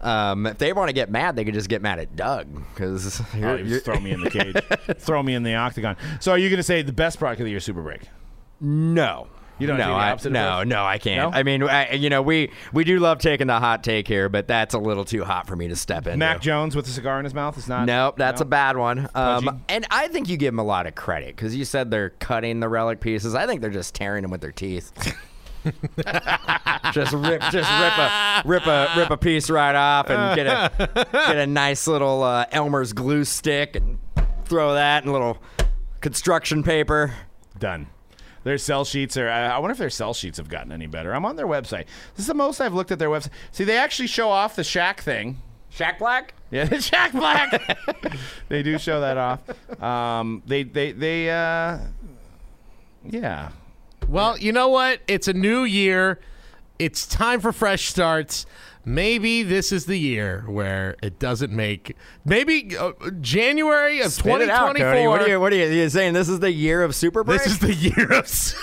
Um, if they want to get mad, they could just get mad at Doug because
Oh, you just throw me in the cage. throw me in the octagon. So are you going to say the best product of the year, Super Break?
no.
You don't
no,
do the
I,
opposite of
no,
us?
no, I can't.
No?
I mean, I, you know, we we do love taking the hot take here, but that's a little too hot for me to step in.
Mac Jones with a cigar in his mouth is not.
Nope, that's
no?
a bad one. Um,
Pudgy.
and I think you give them a lot of credit because you said they're cutting the relic pieces. I think they're just tearing them with their teeth. just rip, just rip a rip a rip a piece right off and get a get a nice little uh, Elmer's glue stick and throw that in a little construction paper.
Done. Their sell sheets are. I I wonder if their sell sheets have gotten any better. I'm on their website. This is the most I've looked at their website. See, they actually show off the Shaq thing.
Shaq Black.
Yeah, the Shaq Black. they do show that off. Um, they, they, they. Uh, yeah.
Well, you know what? It's a new year. It's time for fresh starts. Maybe this is the year where it doesn't make. Maybe uh, January of
Spit it out,
2024.
Cody. What are you? What are you, you saying? This is the year of Super Break.
this is the year of. s-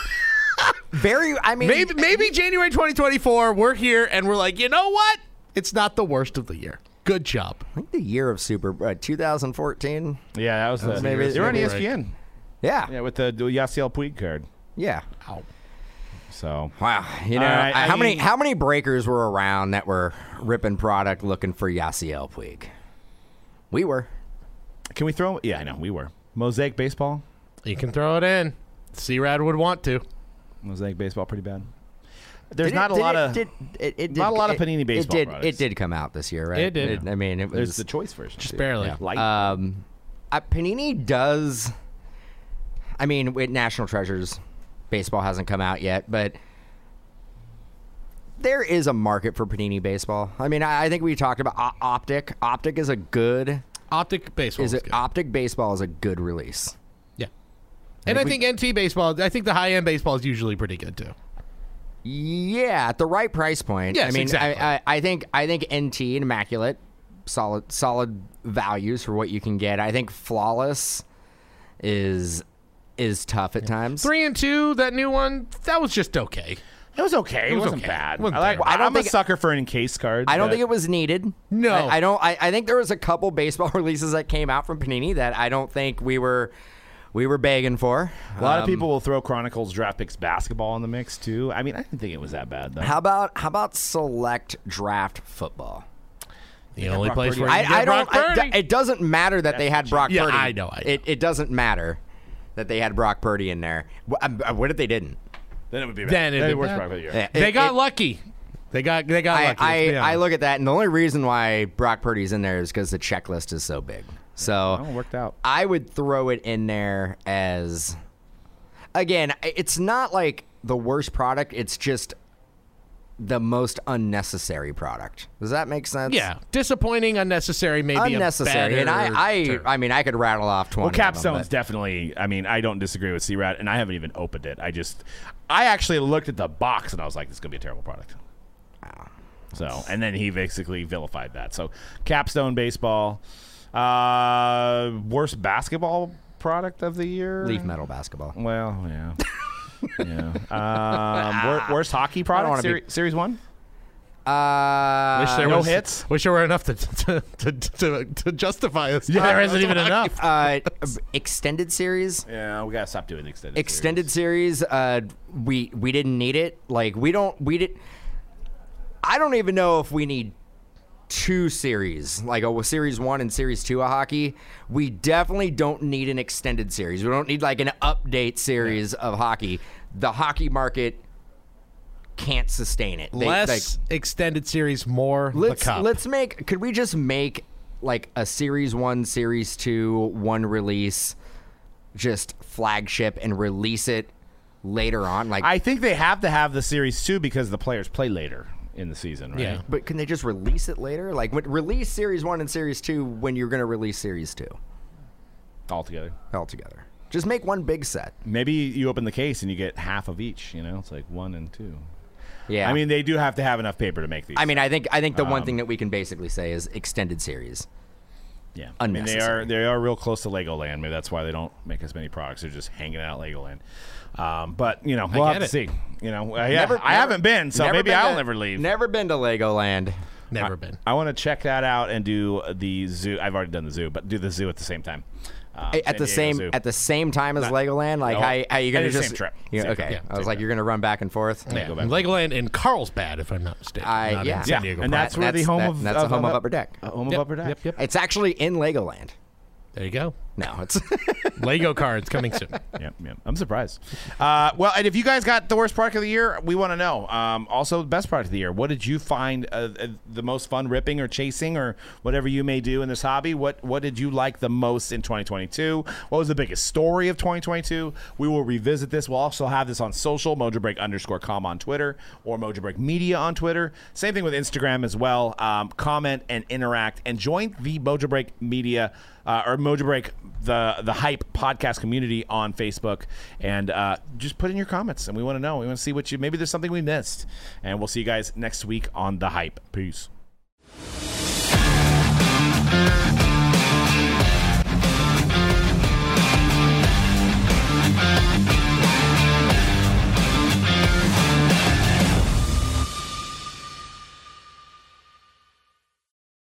very. I mean,
Maybe maybe January 2024. We're here and we're like, you know what? It's not the worst of the year. Good job.
I think the year of Super uh, 2014.
Yeah, that was the.
maybe-
they were on E
maybe
right.
ESPN.
Yeah.
Yeah, with the Yasiel Puig card.
Yeah.
So.
Wow. You know,
All right,
I-
I
how many
mean-
how many breakers were around that were ripping product looking for Yasiel Puig? We were.
Can we throw? Yeah, I know we were mosaic baseball.
You can throw it in. C Rad would want to.
Mosaic baseball, pretty bad. There's
Did it-
not a
did
lot
it-
of.
did- it- it
not
did-
a lot of
it-
Panini baseball
It did,
products.
it did come out this year, right?
It did.
I mean, it
there's
was
the choice version. Just
Barely.
Light.
Um, uh, Panini does. I mean, with National Treasures, baseball hasn't come out yet, but there is a market for Panini baseball. I mean, I, I think we talked about O- Optic. Optic is a good.
Optic
Oh,
baseball.
Is it
good.
Optic baseball is a good release.
yeah. And I think NT baseball. I think the high end baseball is usually pretty good too.
Yeah, at the right price point. I
Yes,
mean,
exactly.
I, I, I think I think NT and Immaculate, solid solid values for what you can get. I think Flawless is is tough at times.
Three and two. That new one. That was just okay.
It was okay. It,
was
was not
okay.
bad.
It wasn't
I like,
terrible.
I don't
I'm a
think-
sucker for an encased card.
I don't
but-
think it was needed.
No.
I, I don't. I, I think there was a couple baseball releases that came out from Panini that I don't think we were we were begging for.
A
Um,
lot of people will throw Chronicles draft picks basketball in the mix too. I mean, I didn't think it was that bad though.
How about how about select draft football?
The only
Brock
place
Purdy.
where you
I,
can get
I don't.
Brock
I-
Purdy.
it doesn't matter that they had Brock
Yeah,
Purdy.
I know, I know.
It, it doesn't matter that they had Brock Purdy in there. Wh- um, uh, What if they didn't?
then it would be bad.
Then it'd
then
be
it works
bad.
probably year.
Yeah,
they
it-
got
it-
lucky. They got they got
I,
lucky.
I,
let's be
I
honest.
look at that, and the only reason why Brock Purdy's in there is because the checklist is so big. So
Oh, it worked out.
I would throw it in there as again, I- it's not like the worst product, it's just the most unnecessary product. Does that make sense?
Yeah, disappointing, unnecessary, maybe
Unnecessary.
A
And I
better
I,
term.
I mean I could rattle off twenty.
Well,
of 'em,
capstones
but-
definitely. I mean, I don't disagree with C Rat, and I haven't even opened it. I just, I actually looked at the box and I was like, this is gonna be a terrible product. So, and then he basically vilified that. So, capstone baseball, uh, worst basketball product of the year.
Leaf metal basketball.
Well, yeah. yeah. Um, wor- worst hockey product
wanna
Seri- series one.
Uh,
Wish there
no
was,
hits?
Wish there were enough to to, to, to, to justify us.
there isn't even
Hockey
enough.
uh, extended series.
Yeah, we gotta stop doing extended.
extended series uh we we didn't need it like we don't we did i don't even know if we need two series like a series one and series two of hockey we definitely don't need an extended series we don't need like an update series of hockey the hockey market can't sustain it They- like,
Less extended series, more
Let's
the cup.
let's make. Could we just make like a series one, series two, one release, just flagship and release it later on? Like,
I think they have to have the series two because the players play later in the season, right?
Yeah.
but can they just release it later? Like, when, release series one and series two when you're gonna release series two
Altogether.
altogether. Just make one big set.
Maybe you open the case and you get half of each. You know, it's like one and two.
Yeah.
I mean, they do have to have enough paper to make these.
I mean, I think I think the
Um,
one thing that we can basically say is extended series.
yeah, I
unnecessary.
mean, they are they are real close to Legoland. Maybe that's why they don't make as many products. They're just hanging out at Legoland. Um, but you know, we'll have
get
to see.
it.
You know, uh, yeah,
Never-
I
never-
haven't been, so
never
maybe
been
I'll
to-
never leave.
Never been to Legoland.
Never been.
I want to check that out and do the zoo. I've already done the zoo, but do the zoo at the same time. Um, San
at
Diego
the same
Zoo.
at the same time as Legoland? Like
no.
how, how you gonna
It is the
just
same trip.
you-
Same
okay,
trip.
I was
Same
like,
trip.
you're gonna run back and forth.
Yeah.
go back.
Legoland in Carlsbad, if I'm not mistaken.
I-
not in
yeah.
San
Yeah,
Diego.
and
proper.
that's where the
That's-
home
that-
of
that's the home of Upper Deck.
Uh, home
Yep,
of Upper Deck.
Yep, yep.
It's actually in Legoland.
There you go.
No, it's
Lego cards coming soon.
yep, yep. I'm surprised. Uh, well, and if you guys got the worst product of the year, we want to know. Um, also, the best product of the year. What did you find uh, uh, the most fun ripping or chasing or whatever you may do in this hobby? What What did you like the most in 2022? What was the biggest story of 2022? We will revisit this. We'll also have this on social, MojoBreak underscore com on Twitter or MojoBreak Media on Twitter. Same thing with Instagram as well. Um, comment and interact and join the Mojo Break Media uh, or Mojo Break the the hype podcast community on Facebook and uh, just put in your comments and we want to know. We want to see what you maybe there's something we missed. And we'll see you guys next week on the hype. Peace.